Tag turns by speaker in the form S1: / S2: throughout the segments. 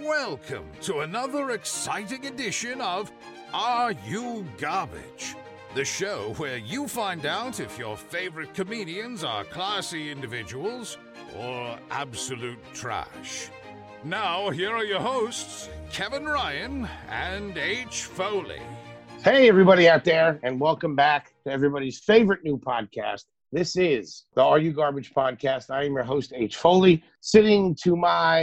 S1: Welcome to another exciting edition of Are You Garbage? The show where you find out if your favorite comedians are classy individuals or absolute trash. Now, here are your hosts, Kevin Ryan and H. Foley.
S2: Hey, everybody out there, and welcome back to everybody's favorite new podcast. This is the Are You Garbage podcast. I am your host, H. Foley. Sitting to my,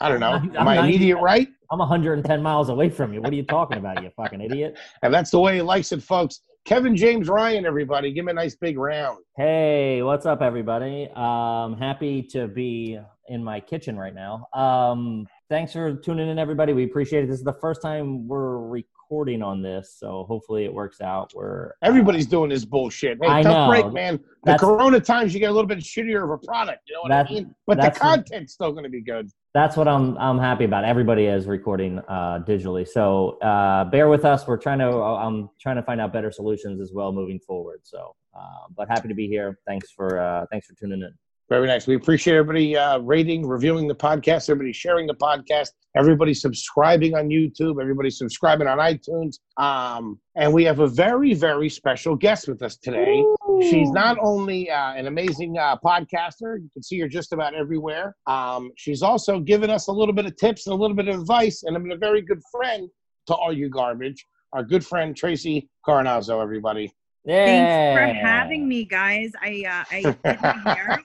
S2: I don't know,
S3: I'm
S2: my
S3: 90
S2: immediate right.
S3: I'm 110 miles away from you. What are you talking about, you fucking idiot?
S2: And that's the way he likes it, folks. Kevin James Ryan, everybody. Give him a nice big round.
S3: Hey, what's up, everybody? Um, happy to be in my kitchen right now. Um, thanks for tuning in, everybody. We appreciate it. This is the first time we're recording on this, so hopefully it works out. We're
S2: Everybody's doing this bullshit. Hey,
S3: I
S2: tough
S3: know.
S2: break, man. The
S3: That's-
S2: corona times, you get a little bit shittier of a product. You know what I
S3: That-
S2: mean? But the
S3: that's-
S2: content's still going to be good.
S3: that's what I'm I'm happy about. Everybody is recording uh, digitally, so uh, bear with us. We're trying to I'm trying to find out better solutions as well moving forward. So, uh, but happy to be here. Thanks for uh, thanks for tuning in.
S2: Very nice. We appreciate everybody uh, rating, reviewing the podcast, everybody sharing the podcast, everybody subscribing on YouTube, everybody subscribing on iTunes. Um, and we have a very, very special guest with us today. She's not only uh, an amazing uh, podcaster, you can see her just about everywhere. Um, she's also given us a little bit of tips and a little bit of advice, and I'm a very good friend to all you garbage. Our good friend Tracy Carnazzo, everybody.
S4: Thanks for
S3: Yeah.
S4: having me, guys. I uh, I did my hair.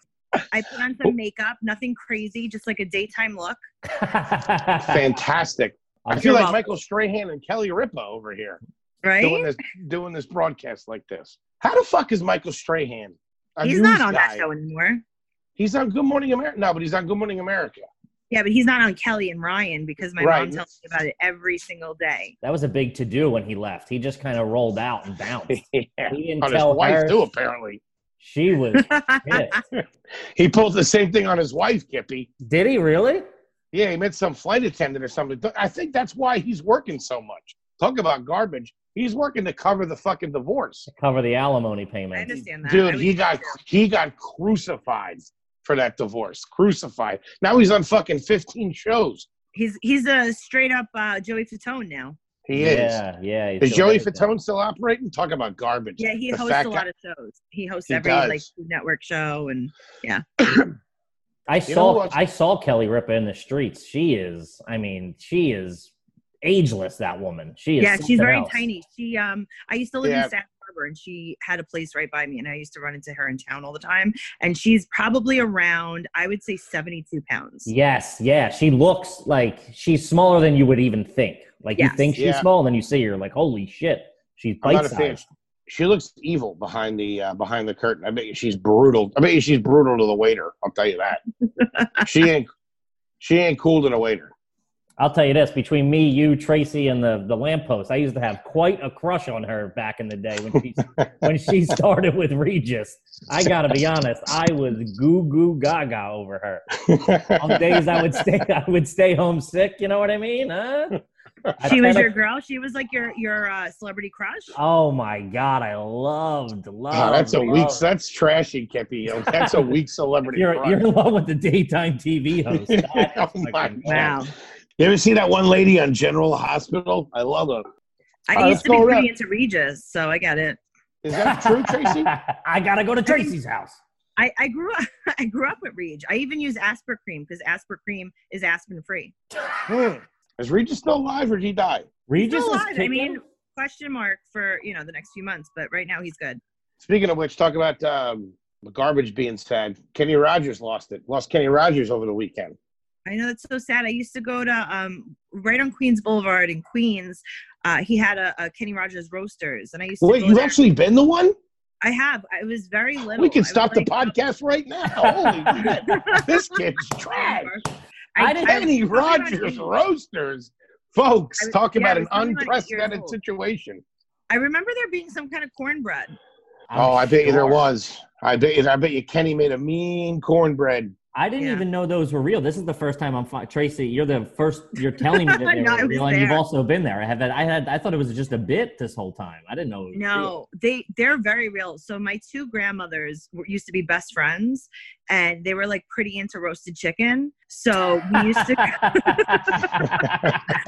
S4: I put on some makeup, nothing crazy, just like a daytime look.
S2: Fantastic. I
S3: I'm
S2: feel
S3: sure
S2: like
S3: I'll-
S2: Michael Strahan and Kelly Ripa over here. doing
S4: Right?
S2: this doing this broadcast like this. How the fuck is Michael Strahan? a
S4: He's
S2: news
S4: not on
S2: guy?
S4: that show anymore.
S2: He's on Good Morning America. No, but he's on Good Morning America.
S4: Yeah, but he's not on Kelly and Ryan because my
S2: Right.
S4: mom tells me about it every single day.
S3: That was a big to do when he left. He just kind of rolled out and bounced. He
S2: yeah.
S3: didn't
S2: On his
S3: tell
S2: wife
S3: her.
S2: too, apparently.
S3: She was. pissed.
S2: He pulled the same thing on his wife, Kippy.
S3: Did he really?
S2: Yeah, he met some flight attendant or something. I think that's why he's working so much. Talk about garbage. He's working to cover the fucking divorce.
S3: Cover the alimony
S4: I
S3: payment.
S4: understand that. I
S2: Dude,
S4: was-
S2: he got he got crucified for that divorce. Crucified. Now he's on fucking 15 shows.
S4: he's he's a straight up uh, Joey Fatone now.
S2: He is.
S3: Yeah, yeah. he
S2: Is
S3: still
S2: Joey
S3: does that.
S2: Fatone still operating? Talk about garbage.
S4: Yeah, he
S2: The
S4: hosts
S2: fact
S4: a lot of shows. He hosts
S2: He
S4: every
S2: does.
S4: like Food network show and
S2: know
S3: I saw.
S2: what?
S3: I saw Kelly Ripa in the streets. She is. I mean, she is ageless. That woman. She is.
S4: yeah,
S3: something
S4: she's very
S3: else.
S4: tiny. She um I used to live
S2: Yeah.
S4: in Sag Harbor and she had a place right by me and I used to run into her in town all the time. And she's probably around, I would say seventy two pounds.
S3: Yes, yeah. She looks like she's smaller than you would even think. Like you
S4: Yes.
S3: think she's
S2: Yeah.
S3: small, and then you see her like, holy shit, she's
S2: I'm not
S3: bite
S2: a fan.
S3: sized.
S2: She looks evil behind the uh, behind the curtain. I bet you she's brutal. I bet you she's brutal to the waiter. I'll tell you that. she ain't she ain't cool to the waiter.
S3: I'll tell you this: between me, you, Tracy, and the the lamppost, I used to have quite a crush on her back in the day when she when she started with Regis. I gotta be honest, I was goo goo gaga over her. On days I would stay, I would stay home sick. You know what I mean? Huh? At
S4: She
S3: 10
S4: was
S3: o-
S4: your girl. She was like your your uh, celebrity crush.
S3: Oh my god, I loved love.
S2: Oh, that's a weak.
S3: loved-
S2: That's trashy, Kippy. That's a weak celebrity.
S3: You're
S2: crush.
S3: you're in love with the daytime TV host. That
S2: Oh
S3: is
S2: my
S3: fucking
S2: God.
S3: mad.
S4: Wow.
S2: you ever see that one lady on General Hospital? I love her.
S4: I
S3: Uh,
S2: Alright, let's
S4: used to be
S2: go
S4: pretty
S2: around.
S4: into Regis, so I got it.
S2: Is that true, Tracy?
S3: I gotta go to Tracy's house.
S4: I, I grew up I grew up with Reg. I even use Asper cream because Asper cream is aspirin free.
S2: Hmm. Is Regis still alive or did he die?
S3: Regis
S4: still
S3: is
S4: alive. I
S3: kicking.
S4: mean- Question mark for you know the next few months, but right now he's good.
S2: Speaking of which, talk about um, garbage being sad. Kenny Rogers lost it. Lost Kenny Rogers over the weekend.
S4: I know that's so sad. I used to go to um, right on Queens Boulevard in Queens. Uh, he had a, a Kenny Rogers Roasters, and I used to.
S2: Wait,
S4: go
S2: you've
S4: there.
S2: actually been the one?
S4: I have. I was very little.
S2: We can
S4: I was
S2: stop the
S4: like-
S2: podcast right now. Holy shit. This kid's trash.
S3: I
S4: I,
S3: didn't-
S4: I,
S2: Kenny
S4: was talking about
S2: Rogers
S4: Kenny.
S2: roasters. Folks,
S4: I was-
S2: talk
S4: yeah,
S2: about
S4: I
S2: an
S4: was only like eight years
S2: unprecedented
S4: old.
S2: situation.
S4: I remember there being some kind of cornbread.
S3: I'm
S2: oh, I bet you there
S3: sure.
S2: was. I bet you, I bet you Kenny made a mean cornbread.
S3: I didn't
S4: Yeah.
S3: even know those were real. This is the first time I'm fi- Tracy. You're the first. You're telling me that they
S4: No, I
S3: were
S4: was
S3: real, and you've
S4: there.
S3: also been there. I have that. I had. I thought it was just a bit this whole time. I didn't know. it was real.
S4: No, they they're very real. So my two grandmothers were, used to be best friends, and they were like pretty into roasted chicken. So we used to we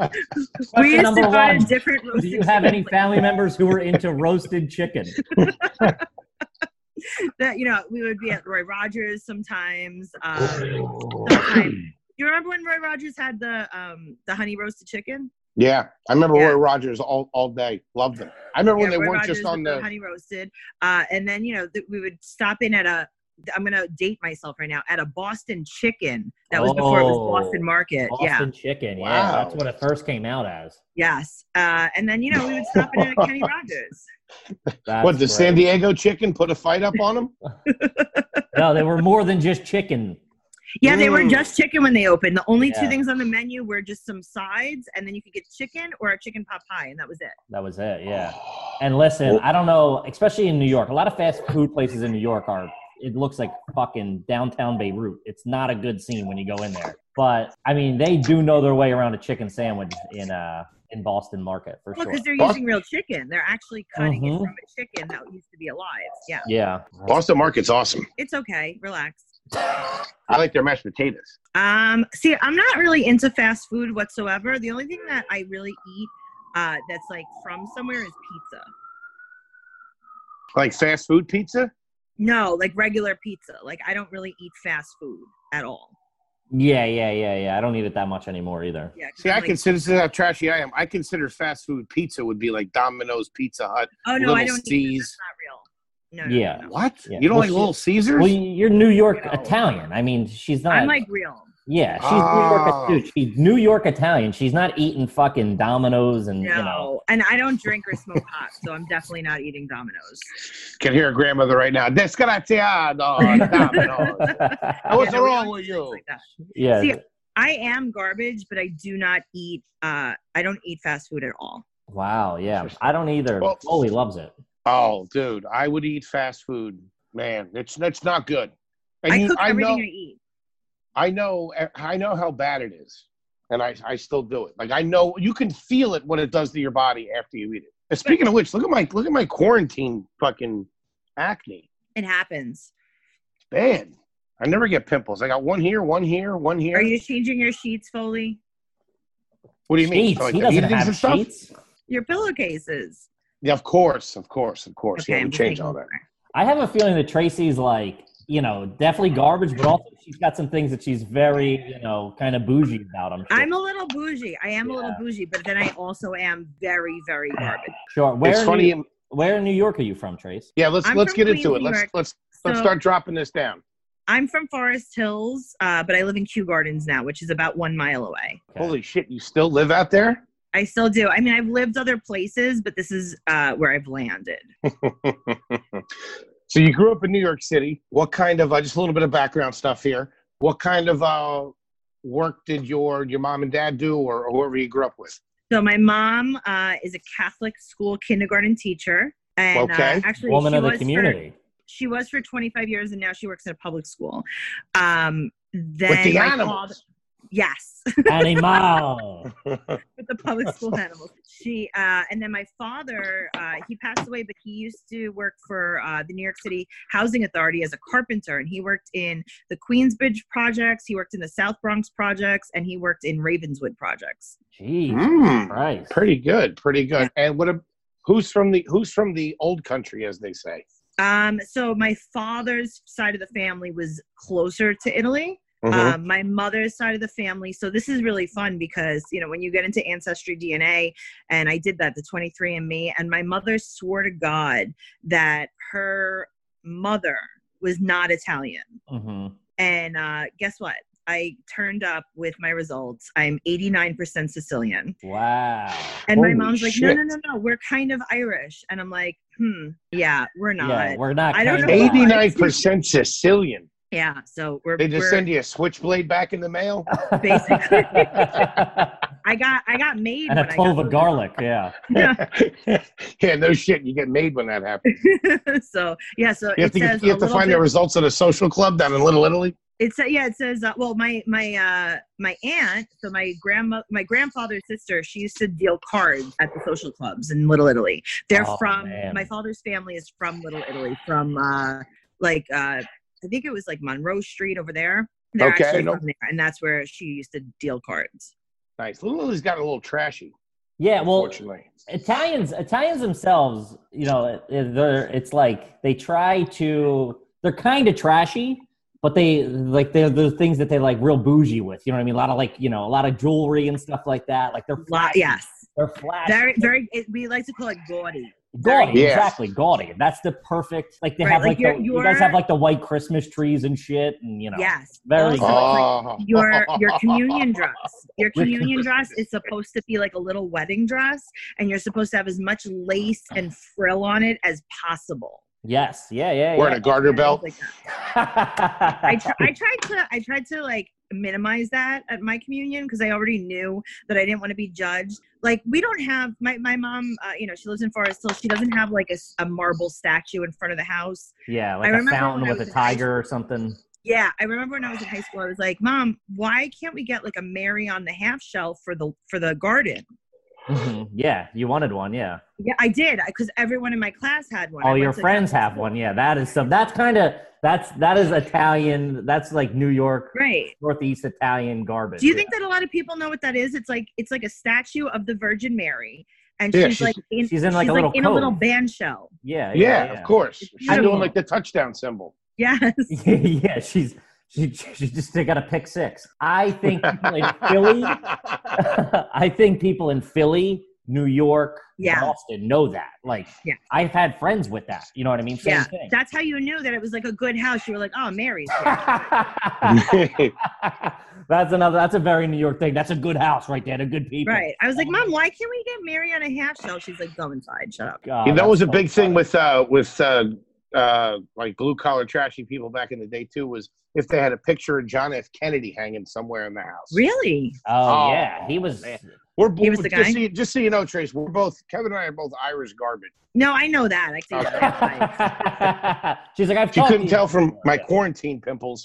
S3: Question
S4: used
S3: number
S4: to buy
S3: one.
S4: different roasted.
S3: Do you have any
S4: chicken
S3: family members who were into roasted chicken?
S4: place that you know? We would be at Roy Rogers sometimes. Um, sometimes. You remember when Roy Rogers had the um the honey roasted chicken?
S2: Yeah, I remember
S4: Yeah.
S2: Roy Rogers all, all day. Loved them. I remember when
S4: Yeah,
S2: they
S4: Roy
S2: weren't
S4: Rogers
S2: just
S4: with
S2: on the.
S4: honey roasted. Uh, and then you know th- we would stop in at a. I'm gonna date myself right now at a Boston Chicken. That was before it
S3: Oh.
S4: was Boston Market. Yeah.
S3: Boston chicken. Yeah,
S2: Wow.
S3: that's what it first came out as.
S4: Yes. Uh, and then, you know, we would stop in at Kenny Rogers.
S3: That's
S2: What, the
S3: great.
S2: San Diego chicken put a fight up on them?
S3: No, they were more than just chicken.
S4: Yeah, they were
S2: Mm.
S4: just chicken when they opened. The only two
S3: Yeah.
S4: things on the menu were just some sides, and then you could get chicken or a chicken pot pie, and that was it.
S3: That was it. Yeah. And listen, I don't know, especially in New York, a lot of fast food places in New York are, it looks like fucking downtown Beirut. It's not a good scene when you go in there. But I mean, they do know their way around a chicken sandwich in uh in Boston Market for
S4: Well,
S3: sure.
S4: because they're
S2: Bos-
S4: using real chicken. They're actually cutting
S3: Mhm.
S4: it from a chicken that used to be alive. Yeah.
S3: Yeah.
S2: Boston Market's awesome.
S4: It's okay. Relax.
S2: I like their mashed potatoes.
S4: Um, see, I'm not really into fast food whatsoever. The only thing that I really eat uh, that's like from somewhere is pizza.
S2: Like fast food pizza?
S4: No, like regular pizza. Like I don't really eat fast food at all.
S3: Yeah, yeah, yeah, yeah. I don't eat it that much anymore either.
S4: Yeah. 'cause
S2: See,
S4: I'm
S2: I
S4: like, "Oh,
S2: consider this is how trashy I am. I consider fast food pizza would be like Domino's, Pizza Hut,
S4: Oh no,
S2: Little
S4: I don't. Eat that.
S2: C's.
S4: That's not real. No, no,
S3: Yeah.
S4: no, no.
S2: What?
S3: Yeah.
S2: You don't
S3: Well,
S2: like
S3: she-
S2: Little Caesars?
S3: Well, you're New York
S4: No.
S3: Italian. I mean, she's not.
S4: I'm like real.
S3: yeah, she's
S2: Ah.
S3: New York. Dude, she's New York Italian. She's not eating fucking Domino's and
S4: No,
S3: you know.
S4: and I don't drink or smoke pot, so I'm definitely not eating Dominoes.
S2: Can hear a grandmother right now. Desgraciado, Domino's. Now, what's
S4: Yeah, we
S2: wrong
S4: don't
S2: with
S4: do things
S2: you?
S4: like that.
S3: yeah,
S4: See, I am garbage, but I do not eat. Uh, I don't eat fast food at all.
S3: Wow, yeah. I don't either.
S2: Well-
S3: Chloe loves it.
S2: Oh, dude, I would eat fast food. Man, it's it's not good. And
S4: I
S2: you,
S4: cook
S2: I
S4: everything
S2: know,
S4: I eat.
S2: I know, I know how bad it is, and I I still do it. Like I know you can feel it what it does to your body after you eat it. And speaking of which, look at my look at my quarantine fucking acne.
S4: It happens.
S2: It's bad. I never get pimples. I got one here, one here, one here.
S4: Are you changing your sheets fully?
S2: what do you mean?
S3: Sheets.
S2: So, like,
S3: he
S2: the
S3: doesn't
S2: eatings
S3: have
S2: and stuff?
S3: sheets.
S4: Your pillowcases.
S2: Yeah, of course, of course, of course. yeah,
S4: I'm
S2: we
S4: just
S2: change
S4: making
S2: all that.
S4: sure.
S3: I have a feeling that Tracy's like, you know, definitely garbage, but also she's got some things that she's very, you know, kind of bougie about. I'm sure.
S4: I'm a little bougie. I am a little
S3: Yeah.
S4: bougie, but then I also am very, very garbage.
S3: sure. Where
S2: It's
S3: in
S2: funny.
S3: New, where in New York are you from, Trace?
S2: yeah, let's
S4: I'm
S2: let's
S4: from
S2: get into
S4: Queens,
S2: it.
S4: New
S2: Let's
S4: York.
S2: let's
S4: So,
S2: let's start dropping this down.
S4: I'm from Forest Hills, uh, but I live in Kew Gardens now, which is about one mile away.
S3: Okay.
S2: Holy shit, you still live out there?
S4: I still do. I mean, I've lived other places, but this is uh, where I've landed.
S2: so you grew up in New York City. What kind of uh, just a little bit of background stuff here? What kind of uh, work did your your mom and dad do, or, or whoever you grew up with?
S4: So my mom uh, is a Catholic school kindergarten teacher, and
S2: Okay.
S4: uh, actually,
S3: Woman
S4: she
S3: of the
S4: was for-
S3: community.
S4: she was for 25 years, and now she works in a public school. Um, then
S2: with the
S4: my father-
S2: animals.
S4: yes,
S3: Animal.
S4: with the public school animals. She uh, and then my father, uh, he passed away, but he used to work for uh, the New York City Housing Authority as a carpenter, and he worked in the Queensbridge projects, he worked in the South Bronx projects, and he worked in Ravenswood projects.
S3: Jeez.
S2: Mm,
S3: Christ.
S2: pretty good, pretty good. And what? A, who's from the Who's from the old country, as they say?
S4: Um, so my father's side of the family was closer to Italy.
S2: Mhm.
S4: Um, my mother's side of the family. So this is really fun because you know when you get into ancestry DNA, and I did that, the 23andMe, and my mother swore to God that her mother was not Italian.
S3: hmm
S4: And uh, guess what? I turned up with my results. I'm 89% Sicilian,
S3: Wow.
S4: and
S2: Holy
S4: my mom's like,
S2: shit.
S4: no, no, no, no, we're kind of Irish, and I'm like, hmm, yeah, we're not.
S3: Yeah, we're not.
S4: I don't
S3: kind
S4: know
S3: of-
S4: why.
S2: Eighty nine percent Sicilian.
S4: Yeah, so we're
S2: They just
S4: we're-
S2: send you a switchblade back in the mail.
S4: Basically.
S3: and
S4: I got I got made
S3: a
S4: when I
S3: clove
S4: got
S3: of garlic. Yeah.
S2: yeah, no shit. You get made when that happens.
S4: so yeah, so
S2: You have
S4: it
S2: to,
S4: says
S2: get, you have
S4: a
S2: to
S4: little
S2: find
S4: bit-
S2: the results of the social club down in Little Italy.
S4: It says, yeah, it says, uh, well, my my uh, my aunt, so my grandma, my grandfather's sister, she used to deal cards at the social clubs in Little Italy. They're
S3: Oh,
S4: from
S3: man.
S4: my father's family is from Little Italy, from uh, like uh, I think it was like Monroe Street over there. They're
S2: Okay,
S4: actually
S2: no-
S4: from there, and that's where she used to deal cards.
S2: Nice. Little Lily's got a little trashy.
S3: Yeah, well,
S2: unfortunately.
S3: Italians, Italians themselves, you know, it- it- they're it's like they try to, they're kind of trashy, but they like they're the things that they like real bougie with. You know what I mean? A lot of like you know a lot of jewelry and stuff like that. Like they're
S4: Lot,
S3: flashy.
S4: yes,
S3: They're flashy.
S4: very very. It, we like to call it gaudy.
S3: gaudy,
S2: Yeah.
S3: exactly gaudy. That's the perfect. Like they
S4: Right,
S3: have
S4: like
S3: like,
S4: you're-
S3: the, you guys have
S4: you're-
S3: like the white Christmas trees and shit, and you know.
S4: Yes,
S3: Very
S4: Also, it's
S2: Oh.
S4: like your
S2: Ah.
S4: your communion dress your communion dress is supposed to be like a little wedding dress and youess supposed to have as much lace and frill on it as possible
S3: Yes. Yeah. Yeah.
S2: Wearing a garter belt.
S4: Like that.
S3: yeah.
S4: I, tr- I tried to i tried to like minimize that at my communion because i already knew that i didn't want to be judged like we don't have my, my mom uh, you know she lives in forest hill she doesn't have like a, s- a marble statue in front of the house
S3: yeah,
S4: I
S3: like a
S4: remember
S3: fountain
S4: when I
S3: with
S4: was
S3: a
S4: in high
S3: tiger or something.
S4: Yeah, I remember when I was in high school, I was like, "Mom, why can't we get like a Mary on the half shell for the for the garden?"
S3: Mhm. Yeah, you wanted one. Yeah.
S4: Yeah, I did because everyone in my class had one. I
S3: All
S4: went
S3: your
S4: to-
S3: friends have one. Yeah, that is some. That's kind of that's that is Italian. That's like New York,
S4: right?
S3: Northeast Italian garbage.
S4: Do you
S3: yeah.
S4: think that a lot of people know what that is? It's like it's like a statue of the Virgin Mary, and
S2: Yeah,
S4: she's,
S2: she's-
S4: like in,
S3: she's in, like, a little
S4: in a little
S3: cove.
S4: band shell.
S3: Yeah,
S2: Yeah, of course. She's
S4: I-
S2: doing like the touchdown symbol.
S4: Yes,
S3: yeah, she's she, she just got a pick six. I think people in Philly. Ah, I think people in Philly, New York,
S4: Yeah.
S3: Boston know that. Like,
S4: Yeah.
S3: I've had friends with that. You know what I mean? Same
S4: yeah.
S3: thing.
S4: That's how you knew that it was like a good house. You were like, "Oh, Mary's." here."
S3: that's another. That's a very New York thing. That's a good house right there. They're good people.
S4: Right. I was like, Mom, why can't we get Mary on a half shell? She's like, go inside, shut up.
S3: God,
S2: You know, that
S3: that's
S2: was a
S3: so
S2: big
S3: funny.
S2: thing with uh with uh uh like blue collar trashy people back in the day too was if they had a picture of John F. Kennedy hanging somewhere in the house.
S4: Really?
S3: Oh,
S2: Oh,
S3: yeah, he was.
S2: man. We're
S4: He was the guy?
S2: Just so, you, just so you know, Trace, we're both Kevin and I are both Irish garbage.
S4: No, I know that. I see that.
S3: She's like, I've.
S2: She
S3: talked to
S2: couldn't
S3: you
S2: tell from
S3: before."
S2: my
S3: Oh, Yeah.
S2: quarantine pimples.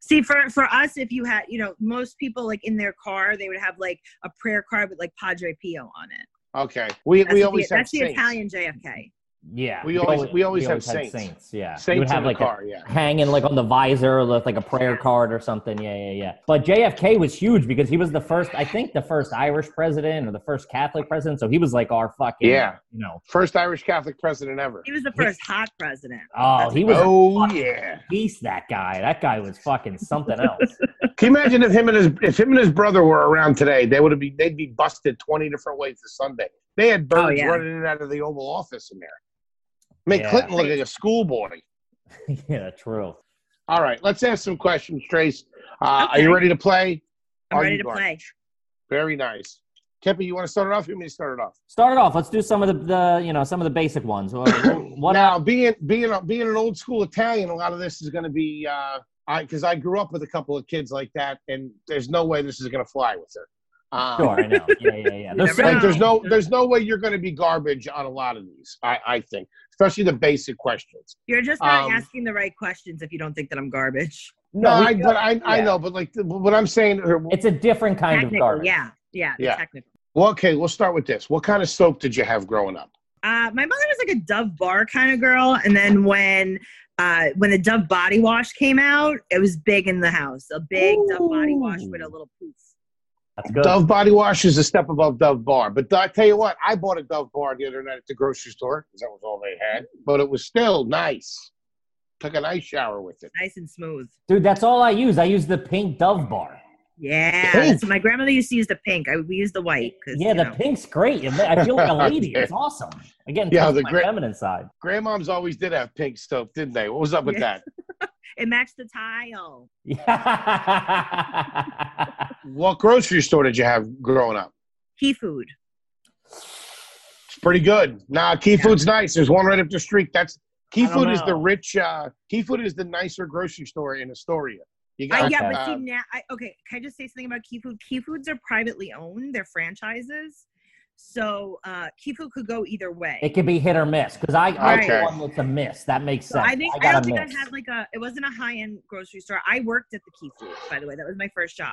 S4: See, for for us, if you had, you know, most people like in their car, they would have like a prayer card with like Padre Pio on it.
S2: Okay, we
S4: That's
S2: we
S4: the-
S2: always have
S4: that's the
S2: saints.
S4: Italian JFK.
S3: Yeah,
S2: we always- we always have
S3: had
S2: saints.
S3: Yeah,
S2: Saints
S3: we would have
S2: in the
S3: like a-
S2: car. yeah.
S3: hanging like on the visor with like a prayer card or something. Yeah, yeah, yeah. But JFK was huge because he was the first, I think, the first Irish president or the first Catholic president. So he was like our fucking,
S2: Yeah.
S3: you know.
S2: First Irish Catholic president ever.
S4: He was the first hot president.
S3: Oh,
S4: That's-
S3: he was
S2: Oh yeah.
S3: a beast. That guy. That guy was fucking something else.
S2: Can you imagine if him and his if him and his brother were around today? They would have be they'd be busted twenty different ways this Sunday. They had birds
S4: Oh, yeah.
S2: running in and out of the Oval Office in there. Make
S3: Yeah.
S2: Clinton look like a schoolboy.
S3: yeah, true.
S2: All right, let's ask some questions, Trace. Uh, Are
S4: Okay.
S2: you ready to play?
S4: I'm
S2: Are
S4: ready
S2: you
S4: to
S2: garbage?
S4: play.
S2: Very nice. Kepi, you want to start it off? You want me to start it off?
S3: Start it off. Let's do some of the, the you know some of the basic ones. Or What
S2: now, being being a- being an old school Italian, a lot of this is going to be uh, I because I grew up with a couple of kids like that, and there's no way this is going to fly with her. Um,
S3: Sure, I know. Yeah, yeah, yeah. There's
S4: never
S2: like
S3: some-
S4: know.
S2: there's no there's no way you're going to be garbage on a lot of these. I I think, especially the basic questions.
S4: You're just not
S2: Um,
S4: asking the right questions if you don't think that I'm garbage.
S2: No,
S3: we-
S2: I, but I I
S3: yeah.
S2: know, but like the- what I'm saying. uh, or-
S3: it's a different kind of
S4: Technical,
S3: garbage.
S4: yeah, yeah, the
S2: Yeah.
S4: technical.
S2: Well, okay, we'll start with this. What kind of soap did you have growing up?
S4: Uh, my mother was like a Dove bar kind of girl, and then when uh, when the Dove body wash came out, it was big in the house. A big Dove body wash with a
S3: Ooh.
S4: little poof.
S3: That's good.
S2: Dove body wash is a step above Dove bar, but I tell you what, I bought a Dove bar the other night at the grocery store because that was all they had, but it was still nice. Took a nice shower with it.
S4: nice and smooth.
S3: Dude, that's all I use. I use the pink Dove bar.
S4: Yeah.
S2: Pink.
S4: So my grandmother used to use the pink. I, we used the white. 'cause,
S3: Yeah,
S4: you
S3: the
S4: know.
S3: pink's great. It ma- I feel like a lady.
S2: Yeah.
S3: It's awesome. Again,
S2: Yeah,
S3: yeah,
S2: the
S3: my
S2: gra-
S3: feminine side.
S2: Grandmoms always did have pink soap, didn't they? What was up with
S4: Yeah.
S2: that?
S4: It matched the tile.
S3: Yeah.
S2: What grocery store did you have growing up?
S4: He food.
S2: It's pretty good. Nah, Key Food's nice. There's one right up the street. That's Key
S3: I don't
S2: Food is the
S3: know.
S2: rich. Uh, Key Food is the nicer grocery store in Astoria. You
S4: I,
S2: got
S4: Oh, yeah, but
S2: uh,
S4: see now, I, okay. Can I just say something about Key Food? Key Foods are privately owned. They're franchises. So uh, Kifu could go either way.
S3: It could be hit or miss because I I'm the
S2: Okay.
S3: one that's a miss. That makes
S4: So
S3: sense.
S4: I think I,
S3: got
S4: don't
S3: a
S4: think
S3: miss.
S4: I had like a. It wasn't a high end grocery store. I worked at the Kifu, by the way. That was my first job.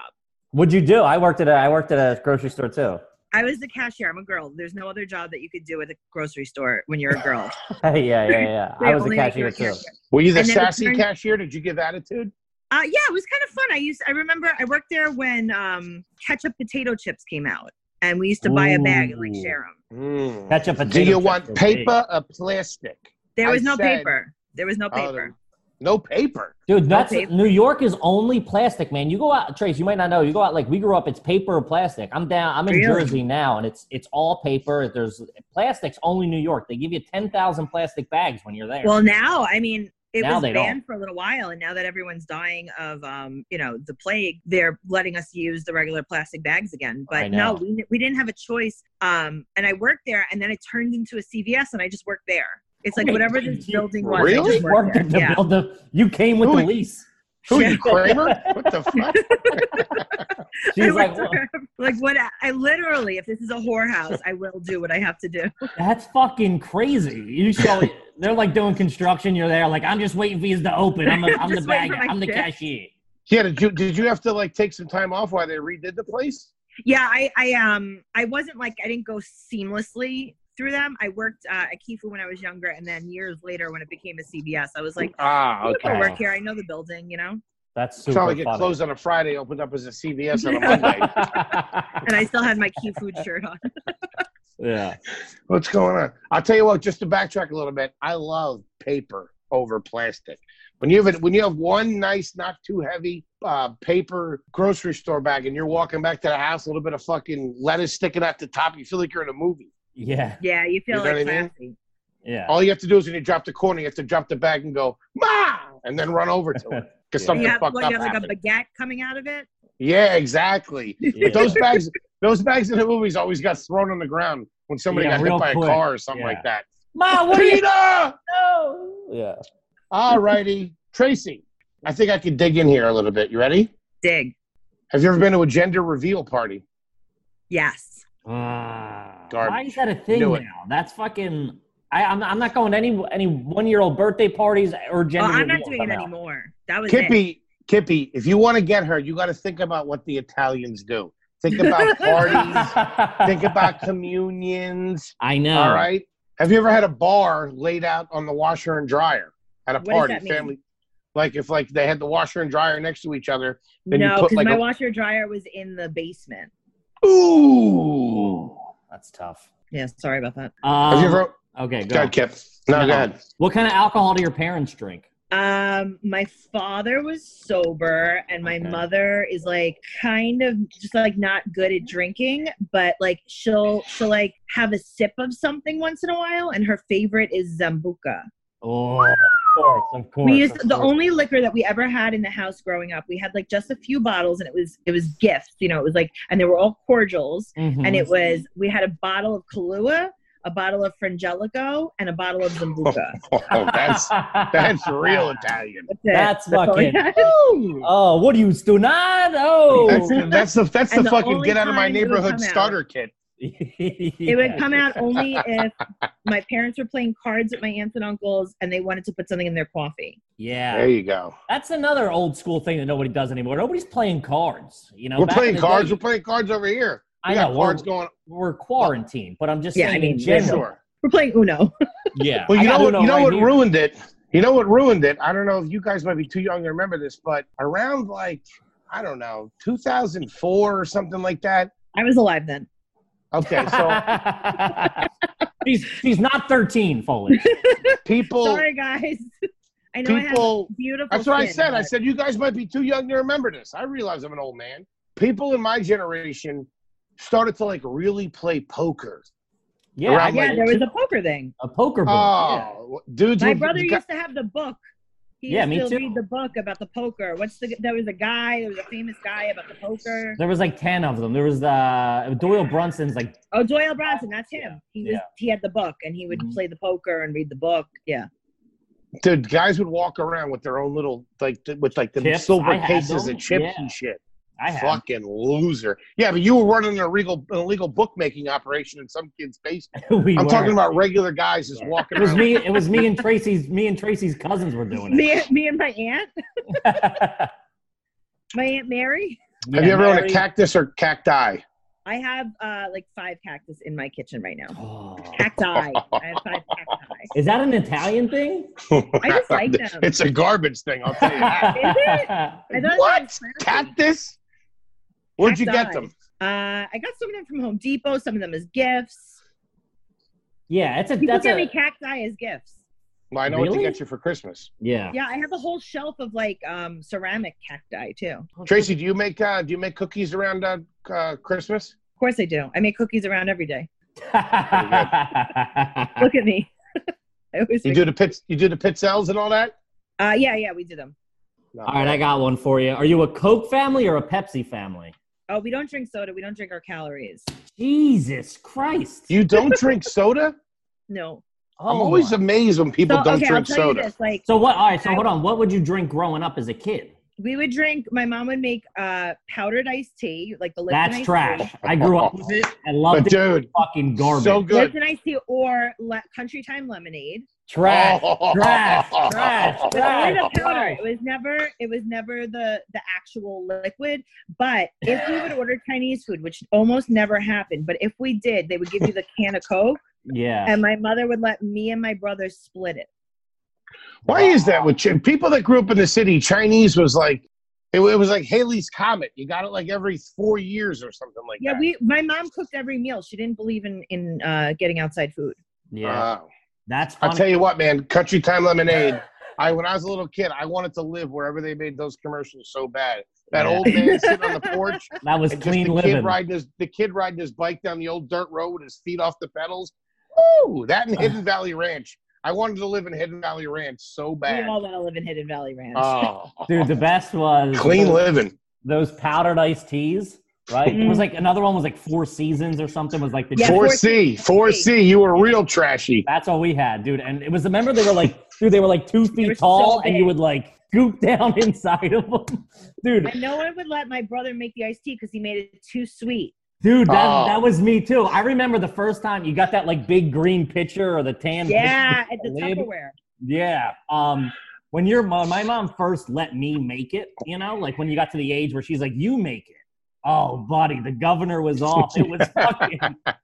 S3: What'd you do? I worked at a I worked at a grocery store too.
S4: I was the cashier. I'm a girl. There's no other job that you could do at a grocery store when you're a girl.
S3: yeah, yeah, yeah.
S4: They
S3: I was a
S4: only make you
S3: cashier too.
S2: Were you the
S4: And then it
S2: sassy
S4: turned-
S2: cashier? Did you give attitude?
S4: Uh, yeah, it was kind of fun. I used. I remember I worked there when um, ketchup potato chips came out, and we used to buy a bag and like
S3: Ooh.
S4: share them.
S2: Mm.
S3: Ketchup
S2: Do
S3: potato
S2: you
S3: chips
S2: want
S3: were
S2: paper or plastic?
S4: There
S2: I
S4: was no
S2: said-
S4: paper. There was no
S2: Oh,
S4: paper.
S2: No paper.
S3: big. Dude, that's
S4: paper.
S3: New York is only plastic, man. You go out, Trace. You might not know. You go out like we grew up. It's paper or plastic. I'm down. I'm in
S4: Really?
S3: Jersey now, and it's it's all paper. There's plastics only New York. They give you ten thousand plastic bags when you're there.
S4: Well, now I mean, it
S3: Now
S4: was
S3: they
S4: banned
S3: don't.
S4: for a little while, and now that everyone's dying of, um, you know, the plague, they're letting us use the regular plastic bags again.
S3: I
S4: But no,
S3: know.
S4: we we didn't have a choice. Um, and I worked there, and then it turned into a CVS, and I just worked there. It's like
S3: Wait,
S4: whatever
S3: you-
S4: this building was. I
S2: Really?
S4: just
S3: You worked at the
S4: there. Yeah.
S3: building. You came with
S2: Who
S3: the
S2: are-
S3: lease.
S2: Who are you, Kramer? what the fuck?
S4: I
S3: She's like,
S4: went to her, like what? I, I literally, if this is a whorehouse, I will do what I have to do.
S3: That's fucking crazy. You show it. They're like doing construction. You're there, like I'm just waiting for you to open. I'm, a, I'm the
S4: Just waiting
S3: bag.
S4: for my
S3: I'm the
S4: shit.
S3: cashier.
S2: Yeah, did you did you have to like take some time off while they redid the place?
S4: Yeah, I, I um, I wasn't like I didn't go seamlessly through them. I worked uh, at Kifu when I was younger, and then years later when it became a CVS, I was like,
S2: Ah,
S4: I'm gonna
S3: okay.
S4: go work here. I know the building, you know,
S3: That's super
S2: It's not like it
S3: funny.
S2: closed on a Friday, opened up as a CVS on a Monday.
S4: and I still had my Kifu shirt on.
S3: yeah.
S2: What's going on? I'll tell you what. Just to backtrack a little bit, I love paper over plastic. When you have a, when you have one nice, not too heavy uh, paper grocery store bag, and you're walking back to the house, a little bit of fucking lettuce sticking out the top, you feel like you're in a movie.
S3: Yeah.
S4: Yeah, you feel
S2: You know
S4: like
S2: what I mean?
S4: classy.
S3: Yeah.
S2: All you have to do is when you drop the corner, you have to drop the bag and go ma, and then run over to it because
S3: Yeah.
S2: something
S4: You have,
S2: fucked
S4: what,
S2: up
S4: you have like
S2: happened.
S4: a baguette coming out of it.
S2: yeah, exactly.
S3: yeah.
S2: But those bags, those bags in the movies always got thrown on the ground when somebody
S3: Yeah,
S2: got
S3: real
S2: hit by
S3: quick.
S2: a car or something
S3: Yeah.
S2: like that.
S3: Ma, what do you
S2: Peter.
S3: know? Yeah.
S2: All righty. Tracy, I think I could dig in here a little bit. You ready?
S4: Dig.
S2: Have you ever been to a gender reveal party?
S4: Yes.
S2: Garbage.
S3: Why is that a thing
S2: Ah. Knew
S3: now?
S2: it.
S3: That's fucking. I, I'm, I'm not going to any any one year old birthday parties or
S4: Well,
S3: gender.
S4: I'm not
S3: reveals.
S4: doing it
S3: I'm out.
S4: anymore. That was it.
S2: Kippy, Kippy, if you want to get her, you got to think about what the Italians do. Think about parties, think about communions.
S3: I know.
S2: All right. Have you ever had a bar laid out on the washer and dryer at a
S4: What does
S2: party?
S4: that mean?
S2: Family. Like if like they had the washer and dryer next to each other. Then you
S4: no,
S2: put,
S4: because
S2: like,
S4: my
S2: a-
S4: washer dryer was in the basement.
S2: Ooh.
S3: That's tough.
S4: Yeah, sorry about that.
S3: Um,
S2: Have you ever?
S3: okay, go.
S2: Oh, Go ahead, Kip. No,
S3: No.
S2: go ahead.
S3: What kind of alcohol do your parents drink?
S4: Um, my father was sober, and my
S3: Okay.
S4: mother is like kind of just like not good at drinking, but like she'll she'll like have a sip of something once in a while, and her favorite is Zambuca.
S3: Oh, of course, of course.
S4: we used
S3: of
S4: the
S3: course.
S4: only liquor that we ever had in the house growing up. We had like just a few bottles, and it was it was gifts, you know. It was like, and they were all cordials,
S3: Mhm.
S4: and it was we had a bottle of Kahlua, a bottle of Frangelico, and a bottle of Zambuca.
S2: Oh, that's that's real Italian.
S4: That's, it.
S3: That's
S4: all we
S3: fucking-
S4: had.
S2: Ooh.
S3: Oh, what do you do not? Oh,
S2: That's the, that's the, that's the
S4: And the
S2: fucking
S4: only
S2: get out of my
S4: time it would
S2: neighborhood
S4: come out.
S2: starter kit.
S4: It would come out only if my parents were playing cards with my aunts and uncles and they wanted to put something in their coffee.
S3: Yeah,
S2: There you go.
S3: that's another old school thing that nobody does anymore. Nobody's playing cards. You know,
S2: We're
S3: Back in
S2: playing
S3: the
S2: cards.
S3: day-
S2: We're playing cards over here. We
S3: I
S2: got
S3: know.
S2: cards
S3: We're,
S2: going.
S3: we're quarantined, but I'm just
S4: Yeah, I
S3: saying in
S4: mean,
S2: Yeah,
S3: general.
S2: sure.
S4: We're playing Uno.
S3: Yeah.
S2: Well,
S3: I
S2: you know
S3: got
S2: what?
S3: Uno
S2: You know
S3: right
S2: what
S3: here.
S2: ruined it. You know what ruined it. I don't know if you guys might be too young to remember this, but around like I don't know, 2004 or something like that.
S4: I was alive then.
S2: Okay, so
S3: she's she's not 13, Foley.
S2: people.
S4: Sorry, guys. I know I
S2: people.
S4: have beautiful.
S2: That's what I
S4: skin,
S2: said. I
S4: but-
S2: said you guys might be too young to remember this. I realize I'm an old man. People in my generation started to like really play poker.
S3: Yeah,
S2: Around
S3: I
S4: Yeah,
S3: got
S2: like-
S4: there was a poker thing.
S3: a poker board. yeah.
S2: Oh, dudes!
S4: My
S2: would-
S4: brother
S2: gu-
S4: used to have the book. He
S3: Yeah,
S4: used
S3: me
S4: to
S3: too.
S4: read the book about the poker. What's the? There was a guy. There was a famous guy about the poker.
S3: There was like 10 of them. There was uh, Doyle Brunson's like
S4: Oh, Doyle Bronson. That's him. He was.
S3: Yeah.
S4: He had the book, and he would
S2: Mm-hmm.
S3: Mhm.
S4: play the poker and read the book. Yeah.
S2: dude, guys would walk around with their own little like th- with like the
S3: Chips?
S2: silver
S3: I had
S2: cases
S3: those,
S2: of chips
S3: yeah.
S2: and shit.
S3: I have.
S2: Fucking loser. Yeah, but you were running an illegal, an illegal bookmaking operation in some kid's basement.
S3: we
S2: I'm
S3: were.
S2: talking about regular guys just walking
S3: It was
S2: around.
S3: me. It was me and Tracy's. Me and Tracy's cousins were doing it.
S4: Me, me and my aunt,
S3: Yeah,
S4: my aunt Mary.
S2: Have you ever owned a
S3: Mary-
S2: cactus or cacti?
S4: I have uh, like five cactus in my kitchen right now.
S3: Oh.
S4: Cacti. I have five cacti.
S3: Is that an Italian thing?
S4: I just like them.
S2: It's a garbage thing, I'll tell you that.
S4: I thought it
S2: what?
S4: was classy.
S2: Cactus? Where'd you get
S4: Cacti.
S2: them?
S4: Uh, I got some of them from Home Depot. Some of them as gifts.
S3: yeah, it's a.
S4: People
S3: That's
S4: give me
S3: a.
S4: cacti as gifts.
S2: Well, I know what to
S3: Really?
S2: get you for Christmas.
S3: Yeah.
S4: Yeah, I have a whole shelf of like um, ceramic cacti too. Of
S2: Tracy, do you make uh, do you make cookies around uh, uh, Christmas?
S4: course I do. I make cookies around every day.
S3: yeah, Ah.
S4: Look at me. I always
S2: You
S4: make-
S2: do the pits you do the pizzelles and all that?
S4: uh, yeah, yeah, we do them.
S2: No.
S3: All right, I got one for you. Are you a Coke family or a Pepsi family?
S4: Oh, we don't drink soda. We don't drink our calories.
S3: Jesus Christ!
S2: You don't drink soda?
S4: No.
S3: Oh
S2: I'm always
S3: my-
S2: amazed when people
S4: So,
S2: don't
S4: okay, I'll
S2: drink
S4: tell
S2: soda.
S4: you this. Like
S3: so what? All right, so hold on. What would you drink growing up as a kid?
S4: we would drink. My mom would make uh, powdered iced tea, like the Lipton
S3: That's
S4: iced
S3: trash.
S4: tea.
S3: I grew up with it. I
S2: But
S3: loved it.
S2: dude,
S3: Fucking garbage.
S2: so good.
S4: Lipton iced tea or le- country time lemonade.
S3: trash.
S2: Oh.
S3: trash, trash,
S4: But only
S3: Wow.
S4: the powder.
S3: Wow.
S4: It was never. It was never the the actual liquid. But if we would order Chinese food, which almost never happened, but if we did, they would give you the can of Coke,
S3: Yeah.
S4: and my mother would let me and my brother split it.
S2: Why is that? With Chi- people that grew up in the city, Chinese was like, it, wa- it was like Haley's Comet. You got it like every four years or something like
S4: Yeah,
S2: that.
S4: we. My mom cooked every meal. She didn't believe in in uh, getting outside food.
S3: Yeah.
S2: Wow.
S3: That's funny.
S2: I'll Uh, tell you what, man. Country Time Lemonade. I when I was a little kid, I wanted to live wherever they made those commercials so bad. That
S3: Yeah.
S2: old man sitting on the porch
S3: that was
S2: and just
S3: clean
S2: the
S3: living.
S2: kid riding his the kid riding his bike down the old dirt road with his feet off the pedals. Woo! That and Hidden Valley Ranch. I wanted to live in Hidden Valley Ranch so
S4: We
S2: bad.
S4: all want to live in Hidden Valley Ranch.
S2: Oh,
S3: Dude, the best was
S2: clean living.
S3: those powdered iced teas, right? It was like another one was like Four Seasons or something. Was like the
S4: Mm. Yeah,
S2: Four
S4: Four
S2: C,
S4: C.
S2: four C. You were real trashy.
S3: That's all we had, dude. And it was remember they were like, dude, they were like two
S4: were
S3: feet
S4: so
S3: tall, and you
S4: big.
S3: would like scoop down inside of them, dude.
S4: And no one would let my brother make the iced tea because he made it too sweet.
S3: Dude, that,
S2: Oh.
S3: that was me too. I remember the first time you got that like big green pitcher or the tan.
S4: Yeah, at the
S3: the lid.
S4: Tupperware.
S3: Yeah. Um, when your mom, my mom first let me make it, you know, like when you got to the age where she's like, "You make it." Oh, buddy, the governor was off. It was fucking.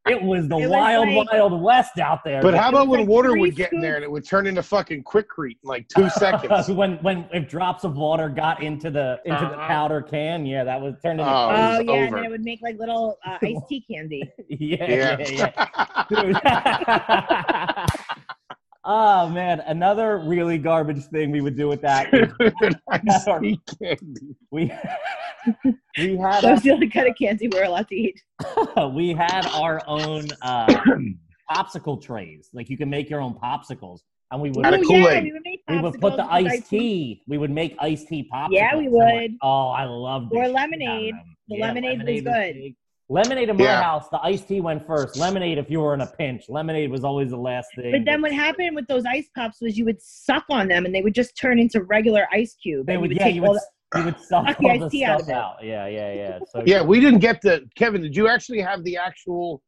S3: it was the
S4: It was
S3: wild,
S4: like-
S3: wild west out there.
S2: But how about when
S4: like
S2: water
S4: three
S2: would get in there and it would turn into fucking quickcrete in like two seconds?
S3: when when if drops of water got into the into the
S2: Uh-huh.
S3: powder can, yeah, that was turned into
S2: Oh, it was
S4: yeah, and
S2: over.
S4: then it would make like little uh, iced tea candy.
S3: yeah,
S2: Yeah.
S3: yeah, yeah. Dude. oh man, another really garbage thing we would do with that. is
S2: Dude, I
S3: Sorry.
S2: see candy.
S3: We we had
S4: Those are the kind of candy we're allowed to eat.
S3: our, we had our own uh, popsicle trays. Like you can make your own popsicles, and we would
S2: Out of
S4: Ooh, Oh, yeah,
S2: Kool-Aid.
S4: we would make
S3: we would put
S4: popsicles
S3: the
S4: with
S3: iced tea. We would make iced tea popsicles.
S4: Yeah, we
S3: and, like,
S4: would.
S3: oh, I love
S4: Or lemonade. The lemonade was good.
S3: Lemonade in my
S2: Yeah.
S3: house, the iced tea went first. Lemonade, if you were in a pinch, lemonade was always the last thing.
S4: But then what happened with those ice pops was you would suck on them and they would just turn into regular ice cube.
S3: They
S4: and
S3: would,
S4: you would
S3: yeah,
S4: take
S3: you
S4: all
S3: would, you would suck
S4: suck the
S3: all
S4: iced
S3: the
S4: tea out
S3: stuff
S4: of it.
S3: out. Yeah, yeah, yeah. So
S2: Yeah, we didn't get the Kevin. Did you actually have the actual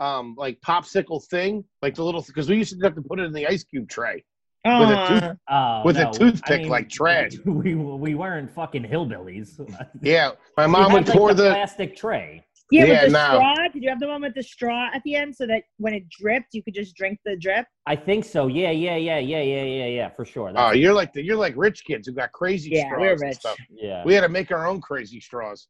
S2: um like popsicle thing, like the little because we used to have to put it in the ice cube tray
S4: the-
S2: with a
S4: Aw.
S2: tooth.
S3: Oh,
S2: With a
S3: no,
S2: toothpick
S3: I mean,
S2: like trash.
S3: We we weren't fucking hillbillies.
S2: Yeah, my
S3: We
S2: mom
S3: had,
S2: would
S3: like,
S2: pour the.
S3: plastic tray.
S4: Yeah,
S2: Yeah,
S4: with the
S2: no.
S4: straw. Did you have the one with the straw at the end so that when it dripped, you could just drink the drip?
S3: I think so. Yeah, yeah, yeah, yeah, yeah, yeah, yeah, for sure.
S2: Oh,
S3: That's-
S2: you're like the, you're like rich kids who got crazy
S4: Yeah,
S2: straws
S4: we're
S2: and
S4: rich.
S2: stuff.
S3: yeah.
S2: We had to make our own crazy straws.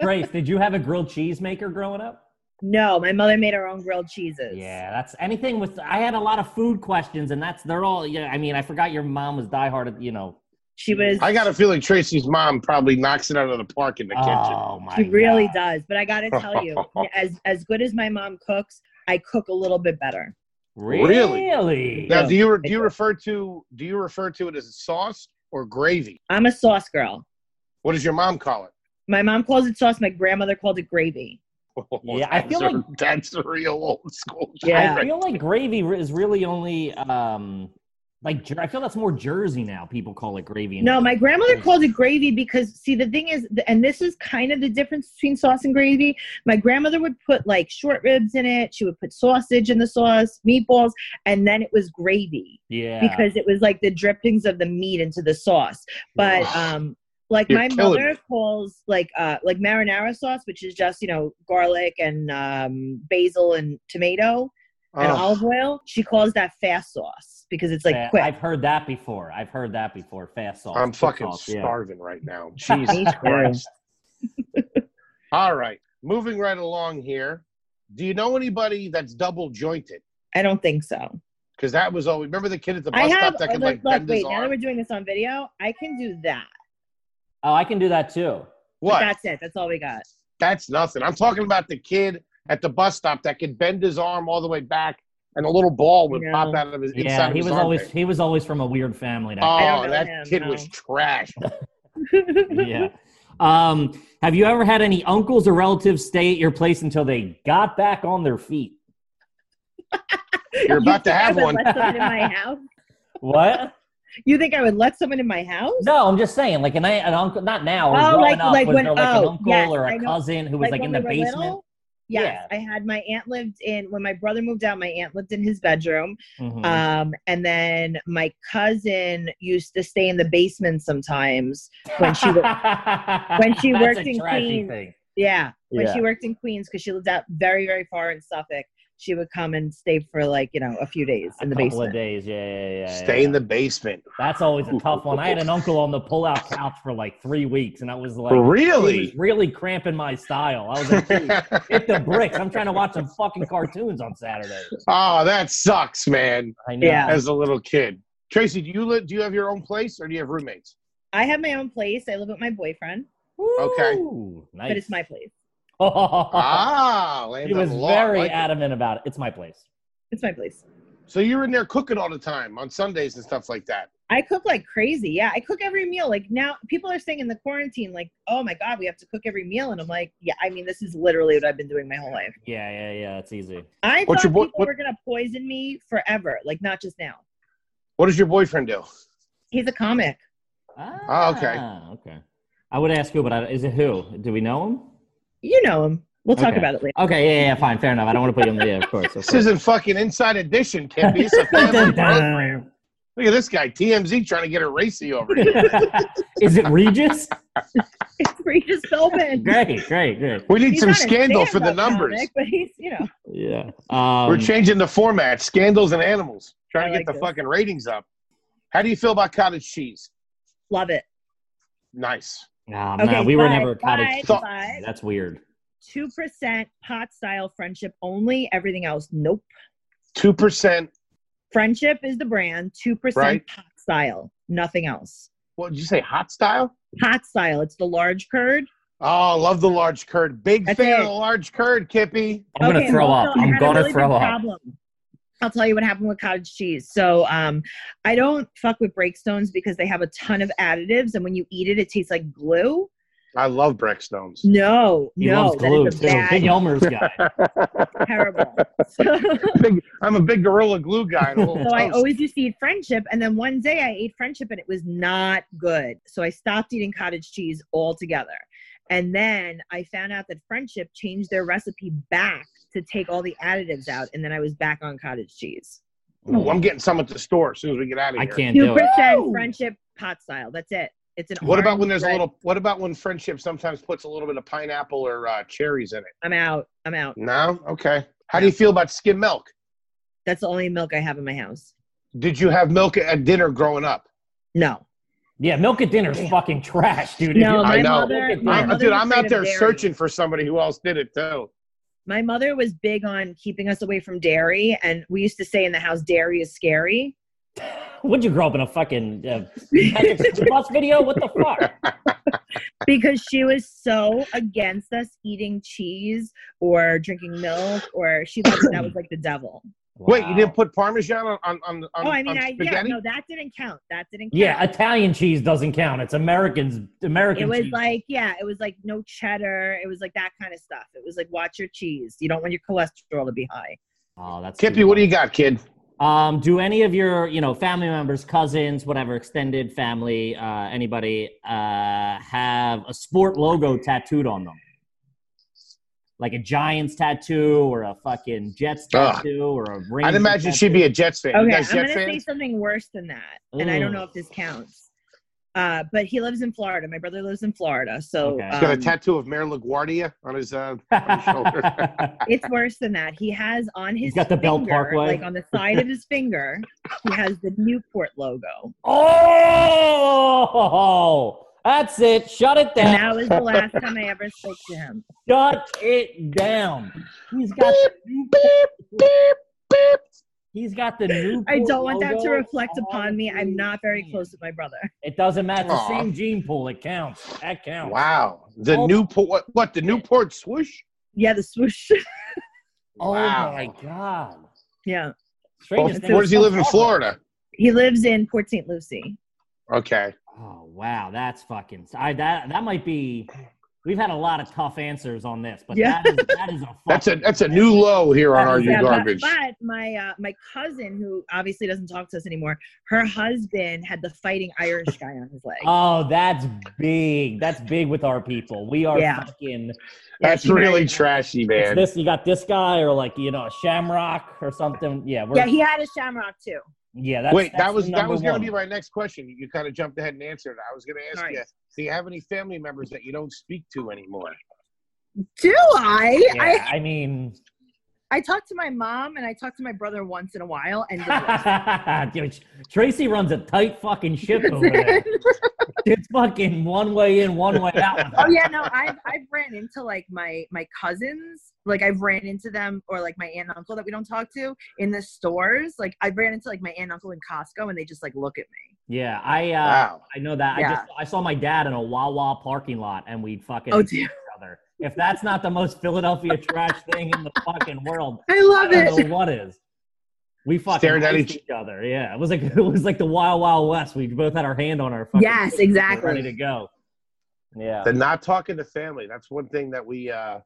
S3: Trace, did you have a grilled cheese maker growing up?
S4: no, my mother made her own grilled cheeses.
S3: Yeah, that's anything with. I had a lot of food questions, and that's they're all. Yeah, I mean, I forgot your mom was diehard. You know,
S4: She was
S2: I got a feeling Tracy's mom probably knocks it out of the park in the kitchen.
S3: oh my,
S4: She really
S3: God.
S4: does. But I got to tell you, as as good as my mom cooks, I cook a little bit better.
S2: Really?
S3: really.
S2: Now, do you re- do you refer to do you refer to it as sauce or gravy?
S4: I'm a sauce girl.
S2: What does your mom call it?
S4: My mom calls it sauce. My grandmother called it gravy.
S3: Yeah, I feel
S2: That's a-
S3: like-
S2: that's the real old school.
S4: Yeah.
S3: I feel like gravy re- is really only um, Like Jer- I feel that's more Jersey now. People call it gravy. and
S4: No,
S3: not-
S4: my grandmother called it gravy because see the thing is and this is kind of the difference between sauce and gravy. My grandmother would put like short ribs in it, she would put sausage in the sauce, meatballs, and then it was gravy
S3: yeah
S4: because it was like the drippings of the meat into the sauce.
S3: uh,
S4: But um like
S2: You're
S4: my
S2: killing
S4: mother calls like uh like marinara sauce, which is just, you know, garlic and um basil and tomato and
S2: Oh,
S4: olive oil. She calls that fast sauce because it's like
S3: Fa-
S4: quick.
S3: I've heard that before. I've heard that before. Fast sauce.
S2: I'm
S3: quick
S2: fucking
S3: sauce, yeah.
S2: starving right now. Jesus Christ. All right. Moving right along here. Do you know anybody that's double jointed?
S4: I don't think so.
S2: Because that was always. Remember the kid at the
S4: I
S2: bus
S4: have.
S2: stop that could like
S4: look, look,
S2: bend his
S4: wait, now that
S2: arm?
S4: we're doing this on video, I can do that.
S3: Oh, I can do that too.
S4: But
S2: What?
S4: That's it. That's all we got.
S2: That's nothing. I'm talking about the kid at the bus stop that could bend his arm all the way back, and a little ball would
S4: No.
S2: pop out of his inside
S3: Yeah,
S2: of
S3: he
S2: his
S3: was
S2: armpit.
S3: always he was always from a weird family. That
S4: I don't
S2: Oh,
S4: know
S2: that
S4: him,
S2: kid
S4: no.
S2: was trash.
S3: yeah. Um, have you ever had any uncles or relatives stay at your place until they got back on their feet?
S2: You're about to
S4: think I
S2: have
S4: would
S2: one.
S4: Let someone in my house?
S3: What?
S4: You think I would let someone in my house?
S3: No, I'm just saying, like an, an uncle, not now. Or
S4: Oh,
S3: growing
S4: like-
S3: up,
S4: like
S3: was
S4: when-
S3: there like an
S4: oh,
S3: uncle
S4: yes,
S3: or
S4: I
S3: a
S4: know.
S3: cousin who was like, in
S4: when
S3: the
S4: we were
S3: basement?
S4: little? Yes,
S3: Yeah.
S4: I had my aunt lived in when my brother moved out. My aunt lived in his bedroom,
S3: Mhm.
S4: um, and then my cousin used to stay in the basement sometimes when she was when she
S3: That's a
S4: worked in
S3: trashy
S4: Queens.
S3: thing.
S4: Yeah, when
S3: Yeah.
S4: she worked in Queens because she lived out very, very far in Suffolk. She would come and stay for like you know a few days in the
S3: a couple
S4: basement.
S3: of days. Yeah, yeah, yeah.
S2: Stay
S3: yeah.
S2: in the basement.
S3: That's always a tough one. I had an uncle on the pull-out couch for like three weeks, and I was like, he was
S2: really?
S3: really cramping my style. I was like, dude, hit the bricks. I'm trying to watch some fucking cartoons on Saturday.
S2: oh, that sucks, man.
S3: I know.
S4: Yeah.
S2: As a little kid, Tracy, do you live? Do you have your own place, or do you have roommates?
S4: I have my own place. I live with my boyfriend,
S2: Okay.
S3: Ooh, nice.
S4: but it's my place.
S2: ah,
S3: he
S2: land
S3: was
S2: on the law. I
S3: very
S2: like it.
S3: adamant about it. It's my place.
S4: It's my place.
S2: So you're in there cooking all the time on Sundays and stuff like that.
S4: I cook like crazy. Yeah, I cook every meal. Like now, people are saying in the quarantine, like, "Oh my God, we have to cook every meal," and I'm like, "Yeah, I mean, this is literally what I've been doing my whole life."
S3: Yeah, yeah, yeah. It's easy.
S4: I
S2: What's
S4: thought
S2: your boy-
S4: people
S2: what-
S4: were gonna poison me forever. Like not just now.
S2: What does your boyfriend do?
S4: He's a comic.
S2: Ah, okay.
S3: Ah, Okay. I would ask who, but I, is it who? Do we know him?
S4: You know him. We'll talk
S3: Okay.
S4: about it later.
S3: Okay, yeah, yeah, fine, fair enough. I don't want to put you on the yeah, of course. Of
S2: This isn't fucking Inside Edition, Kippy. It's a
S3: course.
S2: family program. Look at this guy, TMZ, trying to get a racy over here.
S3: is it Regis?
S4: It's Regis Philbin.
S3: Great, great, great.
S2: We need
S4: He's
S2: some
S4: not a
S2: scandal for the
S4: stand-up
S2: numbers.
S4: comic, but he's, you know,
S3: Yeah. Um,
S2: We're changing the format: scandals and animals. Trying to get
S4: I like
S2: the
S4: this.
S2: fucking ratings up. How do you feel about cottage cheese?
S4: love it.
S2: Nice.
S3: Um, nah,
S4: Okay,
S3: nah, ah, we were
S4: but-
S3: never a cottage.
S4: but-
S3: cheese. That's weird.
S4: Two percent pot style friendship only. Everything else, nope.
S2: Two percent.
S4: Friendship is the brand. Two
S2: Right.
S4: percent pot style. Nothing else.
S2: What did you say? Hot style?
S4: Pot style. It's the large curd.
S2: Oh, love the large curd. Big
S4: That's
S2: fan of
S4: it.
S2: the large curd, Kippy.
S3: I'm gonna
S4: Okay,
S3: throw
S4: well,
S3: up.
S4: I had
S3: I'm
S4: a
S3: gonna
S4: really big
S3: throw up.
S4: problem. I'll tell you what happened with cottage cheese. So um, I don't fuck with breakstones because they have a ton of additives, and when you eat it, it tastes like glue.
S2: I love Breckstones.
S4: No,
S3: He
S4: no,
S3: loves
S4: that
S3: glue
S4: is a
S3: too. Big
S4: bad,
S3: Elmer's guy.
S4: terrible. So-
S2: Big, I'm a big gorilla glue guy. and a little
S4: So I
S2: toast.
S4: always used to eat friendship, and then one day I ate friendship and it was not good. So I stopped eating cottage cheese altogether. And then I found out that friendship changed their recipe back to take all the additives out, and then I was back on cottage cheese.
S2: Ooh, I'm getting some at the store as soon as we get out of
S3: I
S2: here.
S3: can't
S4: Two
S3: do it.
S4: percent friendship pot style. That's it. It's an.
S2: What about
S4: orange
S2: when there's a
S4: bread.
S2: little? What about when friendship sometimes puts a little bit of pineapple or uh, cherries in it?
S4: I'm out. I'm out.
S2: No, okay. How do you feel about skim milk?
S4: That's the only milk I have in my house.
S2: Did you have milk at dinner growing up?
S4: No.
S3: Yeah, milk at dinner's fucking trash, dude. If
S4: No,
S3: you-
S2: I
S4: my
S2: know.
S4: mother.
S3: Look at
S4: My
S3: that.
S2: I'm,
S4: mother
S2: dude,
S4: was
S2: I'm
S4: afraid
S2: out
S4: of
S2: there
S4: dairy.
S2: searching for somebody who else did it too.
S4: My mother was big on keeping us away from dairy, and we used to say in the house, "Dairy is scary."
S3: Would you grow up in a fucking uh, Magic Bus video? What the fuck?
S4: because she was so against us eating cheese or drinking milk or she thought that was like the devil
S2: Wait, you
S3: Wow.
S2: didn't put parmesan on on on, on,
S4: oh i mean
S2: on
S4: i yeah
S2: Um, spaghetti?
S4: no that didn't count that didn't count
S3: Yeah, Italian cheese doesn't count. It's Americans. American
S4: it was
S3: cheese.
S4: like yeah it was like no cheddar it was like that kind of stuff it was like watch your cheese you don't want your cholesterol to be high
S3: oh, that's
S2: Kippy, what do you got, kid?
S3: Um, do any of your, you know, family members, cousins, whatever, extended family, uh, anybody uh, have a sport logo tattooed on them? Like a Giants tattoo or a fucking Jets
S2: Ugh.
S3: tattoo or a ring.
S2: I'd imagine she'd be a Jets fan. you
S4: Okay, I'm
S2: guys
S4: gonna
S2: Jets
S4: say
S2: fans?
S4: something worse than that, and I don't know if this counts. Uh, but he lives in Florida. My brother lives in Florida, so
S3: Okay. He's
S2: He's got a
S4: um,
S2: tattoo of Mayor LaGuardia on his. Uh,
S4: it's worse than that. He has on his
S3: He's got the Bell
S4: finger,
S3: Parkway.
S4: like on the side of his finger, he has the Newport logo,
S3: oh, that's it. Shut it down.
S4: and that was the last time I ever spoke to him.
S3: Shut it down. He's got the new He's got the new.
S4: I don't want that to
S3: logo
S4: reflect
S3: on
S4: upon me. I'm
S3: his
S4: not very
S3: hand.
S4: close with my brother.
S3: It doesn't matter. It's
S2: Aw.
S3: the same gene pool. It counts. That counts.
S2: wow, the
S3: Oh.
S2: Newport. What, what the Newport swoosh?
S4: Yeah, the swoosh.
S3: Oh
S2: Wow.
S3: my god.
S4: yeah,
S2: Well,
S3: Strangest thing
S2: where does he
S3: I've
S2: live in
S3: ever-
S2: Florida?
S4: he lives in Port St. Lucie.
S2: Okay,
S3: Oh wow, that's fucking. I that that might be. We've had a lot of tough answers on this, but
S4: Yeah.
S3: that, is, that is a. Fucking,
S2: that's a that's a new low here on
S3: That
S2: Are
S3: is
S2: You
S4: Yeah, but-
S2: Garbage?
S4: But, my uh, my cousin, who obviously doesn't talk to us anymore, her husband had the fighting Irish guy on his leg.
S3: Oh, that's big. That's big with our people. We are
S4: Yeah.
S3: fucking.
S2: That's
S4: Yeah, she
S2: really
S4: married-
S2: trashy,
S3: It's
S2: man.
S3: this you got this guy or like you know a shamrock or something. Yeah, we're,
S4: Yeah, he had a shamrock too.
S3: yeah. That's,
S2: Wait,
S3: that's
S2: that was
S3: the
S2: that was
S3: number
S2: going to be
S3: one.
S2: my next question. You kind of jumped ahead and answered. it. I was going to ask
S4: All right.
S2: you, do you have any family members that you don't speak to anymore?
S4: Do I?
S3: Yeah, I mean,
S4: I I talk to my mom and I talk to my brother once in a while. And
S3: Dude, Tracy runs a tight fucking ship over there. It's fucking one way in, one way out. with
S4: oh
S3: her.
S4: yeah, no, I've I've ran into like my my cousins, like I've ran into them or like my aunt and uncle that we don't talk to in the stores. Like I ran into like my aunt and uncle in Costco and they just like look at me.
S3: Yeah, I uh,
S2: wow.
S3: I know that. I
S4: Yeah.
S3: just I saw my dad in a Wawa parking lot, and we'd fucking
S4: Oh
S3: hate
S4: dear,
S3: each other. If that's not the most Philadelphia trash thing in the fucking world,
S4: I
S3: I
S4: love
S3: don't
S4: it.
S3: know what is. We fucking
S2: Stared at
S3: iced
S2: each-
S3: other. Yeah, it was like it was like the Wild Wild West. We both had our hand on our fucking
S4: Yes,
S3: ready
S4: exactly.
S3: to go. Yeah,
S2: The not talking to family. That's one thing that we. uh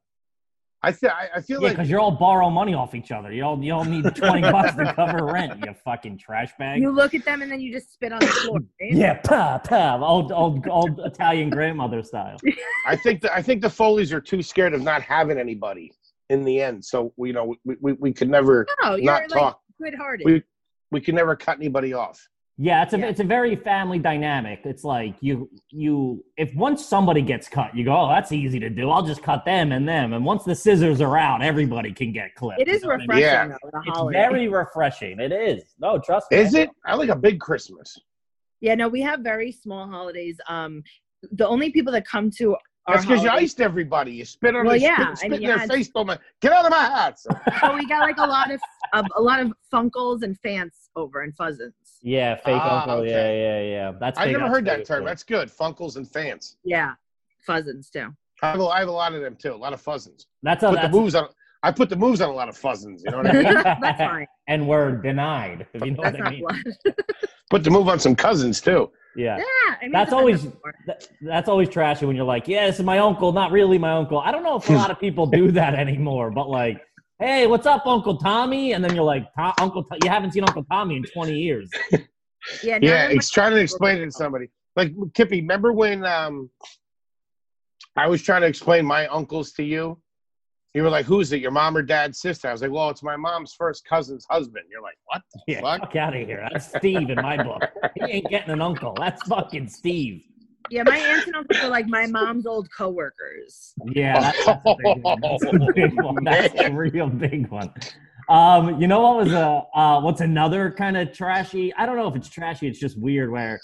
S2: I th- I, I feel
S3: Yeah,
S2: like
S3: because you all borrow money off each other. You all you all need twenty bucks to cover rent. You fucking trash bag.
S4: You look at them and then you just spit on the floor. right?
S3: yeah, pa pa, old old old Italian grandmother style.
S2: I think the, I think the Foleys are too scared of not having anybody in the end. So you know we, we, we could never
S4: No, you're
S2: not
S4: like
S2: talk.
S4: good-hearted.
S2: We we could never cut anybody off.
S3: Yeah, it's a
S4: Yeah.
S3: it's a very family dynamic. It's like you you if once somebody gets cut, you go, oh, that's easy to do. I'll just cut them and them. And once the scissors are out, everybody can get clipped.
S4: it is
S3: You know what I mean?
S4: refreshing
S2: Yeah.
S4: though. The
S3: It's
S4: holiday.
S3: very refreshing. It is. No, trust me.
S2: Is it? I like a big Christmas.
S4: yeah, no, we have very small holidays. Um, the only people that come to our
S2: That's because you
S4: holidays,
S2: iced everybody. You spit on
S4: Uh-huh. Well,
S2: their,
S4: yeah,
S2: spit,
S4: and
S2: spit in
S4: you
S2: their
S4: had-
S2: face. Don't get out of my house.
S4: but we got like a lot of, of a lot of funkles and fans over and fuzzins.
S3: Yeah, fake
S2: Ah,
S3: uncle.
S2: okay.
S3: Yeah, yeah, yeah. That's.
S2: I've
S3: fake
S2: never heard
S3: uncle.
S2: that term. That's good. Funkles and fans.
S4: Yeah, fuzzins too.
S2: I have, a, I have a lot of them too. A lot of fuzzins.
S3: that's a
S4: Oh,
S2: put
S3: that's
S2: the moves on. I put the moves on a lot of fuzzins. You know what I mean?
S4: That's fine.
S3: and we're denied. If you know
S4: That's
S3: what I
S4: not
S3: mean.
S4: blood.
S2: put the move on some cousins too.
S3: Yeah.
S4: Yeah, I mean,
S3: That's
S4: it
S3: always-
S4: doesn't matter.
S3: That, that's always trashy when you're like, yeah, this is my uncle, not really my uncle. I don't know if a lot of people do that anymore, but like, hey, what's up, Uncle Tommy? And then you're like, "To- Uncle, To- you haven't seen Uncle Tommy in 20 years.
S4: Yeah, none
S2: Yeah,
S4: of my-
S2: it's trying to explain it to somebody. Like Kippy, remember when um, I was trying to explain my uncles to you? You were like, "Who's it? Your mom or dad's sister?" I was like, "Well, it's my mom's first cousin's husband." You're like, "What the
S3: Yeah,
S2: fuck?"
S3: fuck out of here. That's Steve in my book. He ain't getting an uncle. That's fucking Steve.
S4: yeah, my aunts and uncles are like my mom's old coworkers.
S3: Yeah, that's, that's a big one. That's a big one. That's a real big one. Um, you know what was a uh, what's another kind of trashy? I don't know if it's trashy. It's just weird. Where,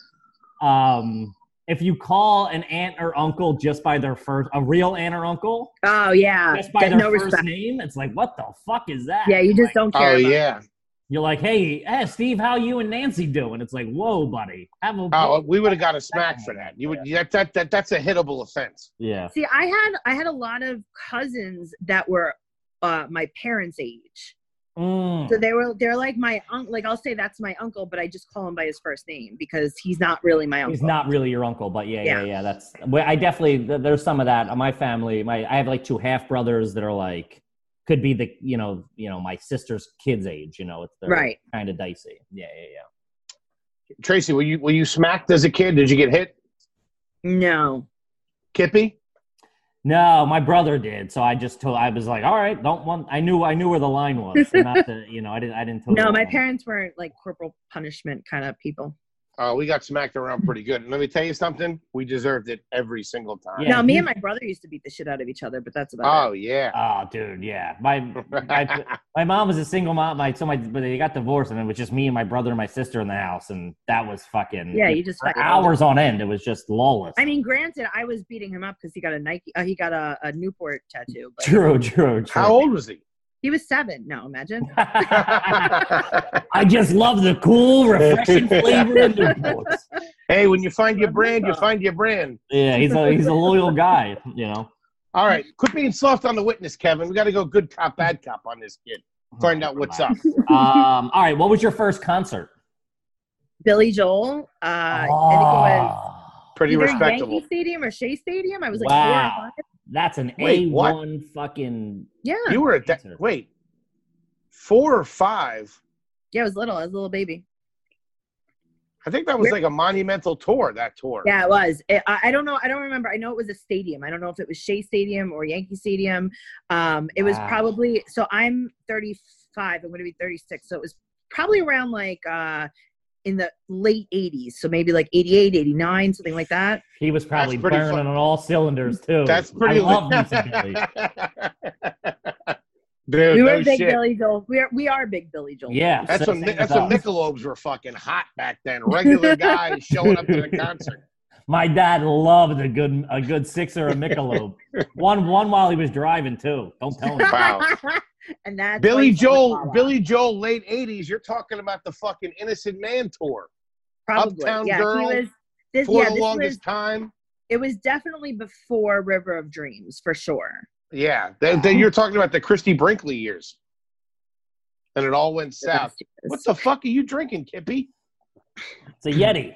S3: um, if you call an aunt or uncle just by their first, a real aunt or uncle
S4: Oh yeah,
S3: just by
S4: that-
S3: their
S4: no
S3: first
S4: respect.
S3: name, it's like what the fuck is that?
S4: Yeah, you just
S3: Like,
S4: don't care.
S2: Oh
S4: about it.
S2: yeah.
S3: you're like, hey, eh, Steve, how you and Nancy doing? It's like, whoa, buddy, have a
S2: Oh, we would have got a smack for that. You would that, that that that's a hittable offense.
S3: yeah.
S4: See, I had I had a lot of cousins that were uh, my parents' age,
S3: Mm.
S4: so they were they're like my uncle. Like I'll say that's my uncle, but I just call him by his first name because he's not really my uncle.
S3: He's not really your uncle, but yeah, yeah, yeah.
S4: Yeah.
S3: that's well, I definitely th- there's some of that. My family, my I have like two half brothers that are like could be the you know you know my sister's kids age. You know, it's
S4: Right.
S3: kind of dicey. Yeah, yeah, yeah.
S2: Tracy, were you were you smacked as a kid? Did you get hit?
S4: No.
S2: Kippy?
S3: No, my brother did. So I just told. I was like, all right, don't want. I knew. I knew where the line was. so not to, you know, I didn't. I didn't. Tell
S4: No,
S3: the
S4: my
S3: line.
S4: parents weren't like corporal punishment kind of people.
S2: Oh, we got smacked around pretty good. And let me tell you something, we deserved it every single time.
S3: Yeah,
S4: no, me
S3: you-
S4: and my brother used to beat the shit out of each other, but that's about
S2: Oh yeah.
S3: Oh, dude, yeah. My my, my mom was a single mom. My so my but they got divorced, and it was just me and my brother and my sister in the house, and that was fucking
S4: it. Yeah, you just
S3: for
S4: fucking-
S3: hours on end. It was just lawless.
S4: I mean, granted, I was beating him up because he got a Nike, uh, he got a, a Newport tattoo. But
S3: true, true, true.
S2: How old was he?
S4: He was seven. No, imagine.
S3: I just love the cool, refreshing flavor of Newports.
S2: hey, when you find your brand, you find your brand.
S3: Yeah, he's a he's a loyal guy, you know.
S2: All right. Quit being soft on the witness, Kevin. We gotta go good cop, bad cop on this kid.
S3: Oh,
S2: Find out what's up.
S3: Um, all right, what was your first concert?
S4: Billy Joel. Uh,
S3: Ah.
S4: I
S2: Pretty
S4: think it was either
S2: respectable.
S4: Yankee Stadium or Shea Stadium. I was like,
S3: Wow.
S4: four or five.
S3: that's an A
S2: Wait, what?
S3: one fucking.
S4: yeah, yeah,
S2: You were at that
S3: Answer.
S2: wait. Four or five.
S4: I was little. I was a little baby.
S2: I think that was like a monumental tour, that tour.
S4: Yeah, it was. It, I, I don't know. I don't remember. I know it was a stadium. I don't know if it was Shea Stadium or Yankee Stadium. Um, it was
S3: Wow.
S4: probably. So I'm 35. I'm going to be 36. So it was probably around like uh, in the late 80s. So maybe like 88, 89, something like that.
S3: He was probably
S2: pretty
S3: burning
S2: fun.
S3: on all cylinders too.
S2: That's pretty
S3: I love music, Billy.
S2: Dude,
S4: we were
S2: no
S4: big
S2: shit.
S4: Billy Joel. We are. We are big Billy Joel.
S3: Yeah,
S2: That's
S3: so
S2: when
S3: same
S2: that's
S3: as
S2: when
S3: us.
S2: Michelobes were fucking hot back then. Regular guys showing up to the concert.
S3: My dad loved a good a good six or a Michelob. one one while he was driving too. Don't tell him.
S2: Wow.
S4: and that's why
S2: Billy
S4: he's on the
S2: Joel,
S4: Wawa.
S2: Billy Joel, late '80s. You're talking about the fucking Innocent Man tour
S4: Probably.
S2: Uptown
S4: yeah,
S2: Girl
S4: he was. This,
S2: for
S4: yeah,
S2: the
S4: this
S2: longest
S4: was.
S2: time.
S4: It was definitely before River of Dreams for sure.
S2: Yeah, then, then you're talking about the Christy Brinkley years, and it all went south. What the fuck are you drinking, Kippy?
S3: It's a Yeti.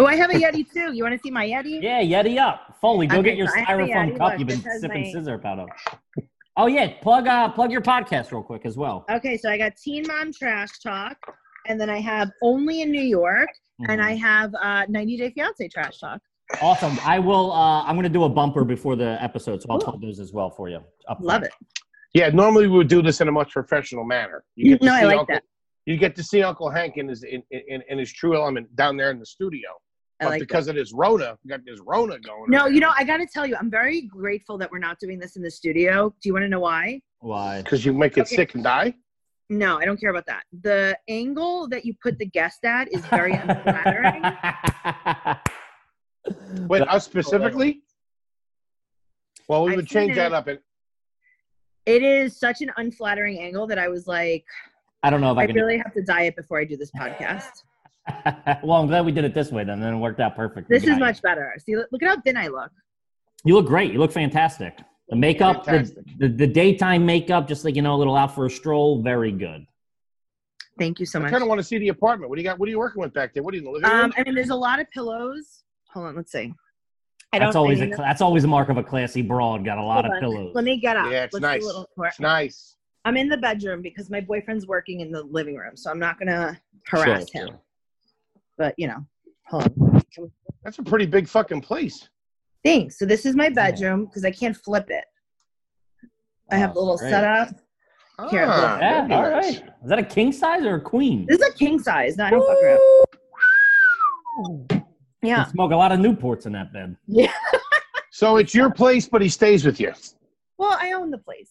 S4: Oh, I have a Yeti too. You want to see my Yeti?
S3: Yeah, Yeti up. Foley, go
S4: Okay,
S3: get your
S4: so I have a
S3: styrofoam
S4: Yeti.
S3: cup
S4: Look,
S3: you've been
S4: this has
S3: sipping
S4: my-
S3: scissor out of. Oh yeah, plug uh plug your podcast real quick as well.
S4: Okay, so I got Teen Mom Trash Talk, and then I have Only in New York, and I have uh, 90 Day Fiance Trash Talk.
S3: Mm-hmm. awesome. I will uh I'm gonna do a bumper before the episode, so I'll plug those as well for you. Up
S4: Love
S3: front.
S4: it.
S2: Yeah, normally we would do this in a much professional manner. You
S4: No, I like
S2: Uncle,
S4: that.
S2: You get to see Uncle Hank in his in, in, in his true element down there in the studio.
S4: I
S2: but
S4: like that.
S2: because of this Rona, we got this Rona going.
S4: No, you know, I got to tell you, I'm very grateful that we're not doing this in the studio. Do you want to know why?
S3: Why?
S2: because you make it
S4: Okay.
S2: sick and die.
S4: No, I don't care about that. The angle that you put the guest at is very unflattering.
S2: Wait, us specifically? Well, we
S4: I've
S2: would
S4: seen
S2: change that
S4: it.
S2: up. And
S4: It is such an unflattering angle that I was like,
S3: I don't know if I,
S4: I
S3: can
S4: really have to diet before I do this podcast.
S3: well, I'm glad we did it this way then. Then it worked out perfect.
S4: This is
S3: Got it.
S4: much better. See, look look at how thin I look.
S3: You look great. You look fantastic. The makeup, the,
S2: Fantastic.
S3: the, the daytime makeup, just like, you know, a little out for a stroll, very good.
S4: Thank you so
S2: I
S4: much.
S2: kind of want to see the apartment. What do you got? What are you working with back there? What are you in the living room?
S4: Um, I mean, there's a lot of pillows. Hold on, let's see. I
S3: That's always,
S4: I
S3: a,
S4: mean,
S3: cla- that's always a mark of a classy broad. Got a lot
S4: Hold
S3: of
S4: on.
S3: pillows.
S4: Let me get up.
S2: Yeah, it's
S4: Let's do a
S2: nice.
S4: little more.
S2: It's nice.
S4: I'm in the bedroom because my boyfriend's working in the living room, so I'm not gonna
S3: Sure,
S4: harass
S3: sure.
S4: him. But you know, hold on.
S2: That's a pretty big fucking place.
S4: Thanks. So this is my bedroom because I can't flip it. I have
S3: Oh,
S4: the little
S3: great.
S4: setup. Here, look.
S3: Yeah,
S2: very
S3: all right.
S2: Ah, nice.
S3: Is that a king size or a queen?
S4: This is a king size. No, I don't fuck around.
S3: You
S4: Yeah.
S3: smoke a lot of Newports in that bed.
S4: Yeah.
S2: So it's your place, but he stays with you.
S4: Well, I own the place.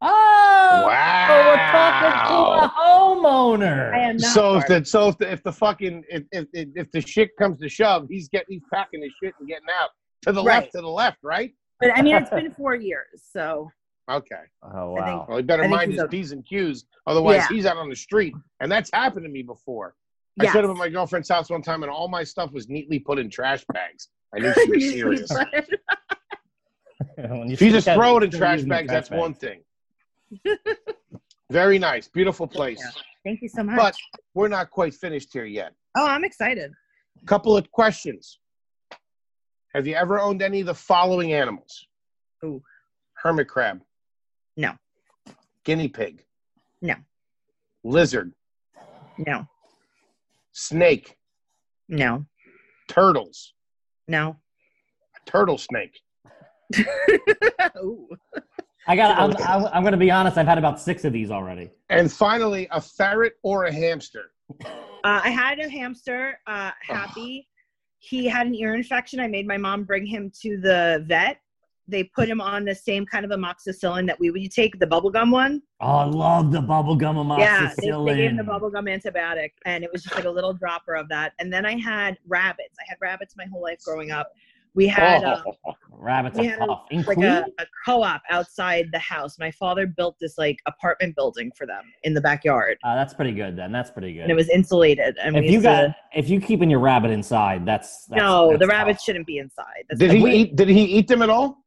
S3: Oh!
S2: Wow.
S3: We're talking to a homeowner.
S4: I am not.
S2: so if the
S4: part-
S2: so if the, if the fucking if, if if if the shit comes to shove, he's getting he's packing his shit and getting out to the
S4: Right.
S2: left to the left, right?
S4: but I mean, it's been four years, so
S2: Okay.
S3: Oh,
S4: I think-
S3: wow.
S2: Well, he
S4: I
S2: better
S4: think
S2: mind
S4: he's
S2: his
S4: okay.
S2: p's and q's, otherwise
S4: Yeah.
S2: he's out on the street, and that's happened to me before. I
S4: yes.
S2: showed up at my girlfriend's house one time, and all my stuff was neatly put in trash bags. I knew she was serious.
S3: When
S2: If
S3: you
S2: you
S3: stick
S2: just
S3: out-
S2: throw it in
S3: still
S2: trash
S3: using the
S2: bags, that's one thing. Very nice, beautiful place.
S4: Thank you so much.
S2: But we're not quite finished here yet.
S4: oh, I'm excited.
S2: Couple of questions. Have you ever owned any of the following animals?
S4: Ooh.
S2: Hermit crab.
S4: No.
S2: Guinea pig.
S4: No.
S2: Lizard.
S4: No,
S2: Snake.
S4: no,
S2: Turtles.
S4: no.
S2: A turtle snake.
S4: Ooh.
S3: I got. I'm, I'm, I'm going to be honest. I've had about six of these already.
S2: And finally, a ferret or a hamster.
S4: Uh, I had a hamster, uh, Happy. He had an ear infection. I made my mom bring him to the vet. They put him on the same kind of amoxicillin that we would take, the bubblegum one.
S3: Oh, I love the bubblegum amoxicillin.
S4: Yeah, they, they gave him the bubblegum antibiotic, and it was just like a little dropper of that. And then I had rabbits. I had rabbits my whole life growing up. We had
S3: Oh.
S4: um,
S2: Oh.
S3: Rabbits
S4: we
S3: are
S4: had a-
S3: tough. In
S4: like
S3: Queens?
S4: a, a co-op outside the house. My father built this like apartment building for them in the backyard,
S3: Uh, that's pretty good then. That's pretty
S4: and it
S3: good.
S4: was insulated. And
S3: If
S4: we
S3: you
S4: used
S3: got
S4: to-
S3: if you keeping your rabbit inside, that's, that's
S4: no,
S3: that's
S4: the
S3: tough.
S4: rabbit shouldn't be inside. That's
S2: Did
S4: like-
S2: he
S3: we-
S2: eat? Did he eat them at all?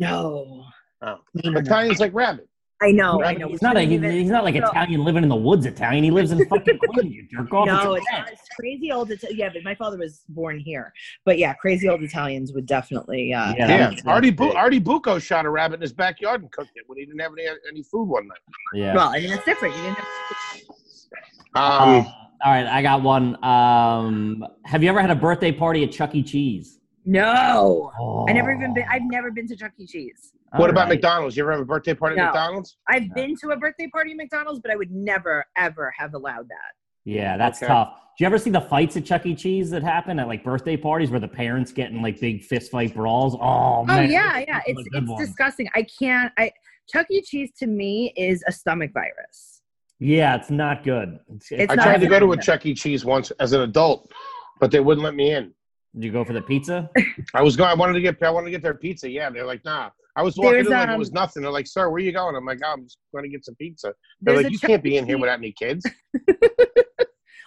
S4: No.
S2: Oh.
S4: No, no, no.
S2: Italians like rabbit.
S4: I know. I
S2: Rabbit
S4: know.
S3: He's not a, he- he's not like
S4: No.
S3: Italian living in the woods. Italian. He lives in fucking Queens. You jerk off.
S4: No,
S3: it's
S4: it's,
S3: a cat.
S4: it's crazy old. Ita- yeah, but my father was born here. But yeah, crazy old Italians would definitely. Uh,
S3: Yeah,
S2: Yeah,
S3: that makes
S2: Artie,
S3: sense.
S2: Bu- Artie Bucco shot a rabbit in his backyard and cooked it when he didn't have any any food one night.
S3: Yeah.
S4: Well, I mean that's different. You didn't have
S2: Um,
S3: Uh, all right, I got one. Um, have you ever had a birthday party at Chuck E. Cheese?
S4: no.
S3: Oh.
S4: I never even been. I've never been to Chuck E. Cheese.
S2: what about
S3: All right.
S2: McDonald's? You ever have a birthday party
S4: No.
S2: at McDonald's?
S4: I've been to a birthday party at McDonald's, but I would never ever have allowed that.
S3: Yeah, that's
S2: Okay.
S3: tough. Do you ever see the fights at Chuck E. Cheese that happen at like birthday parties where the parents get in like big fist fight brawls? Oh,
S4: Oh
S3: man.
S4: yeah, yeah.
S3: Those are
S4: It's
S3: the good
S4: it's
S3: ones.
S4: disgusting. I can't. I Chuck E. Cheese to me is a stomach virus.
S3: Yeah, it's not good. It's,
S4: It's
S2: I
S4: not
S2: tried to
S4: good.
S2: go to a Chuck E. Cheese once as an adult, but they wouldn't let me in.
S3: Did you go for the pizza?
S2: I was going. I wanted to get. I wanted to get their pizza. Yeah, they're like, nah. I was walking
S4: There's,
S2: in like it
S4: um,
S2: was nothing. They're like, sir, where you going? I'm like, oh, I'm just going to get some pizza. They're
S4: There's a
S2: like, you
S4: Chuck
S2: can't
S4: E.
S2: be in here
S4: Cheese-
S2: without any kids.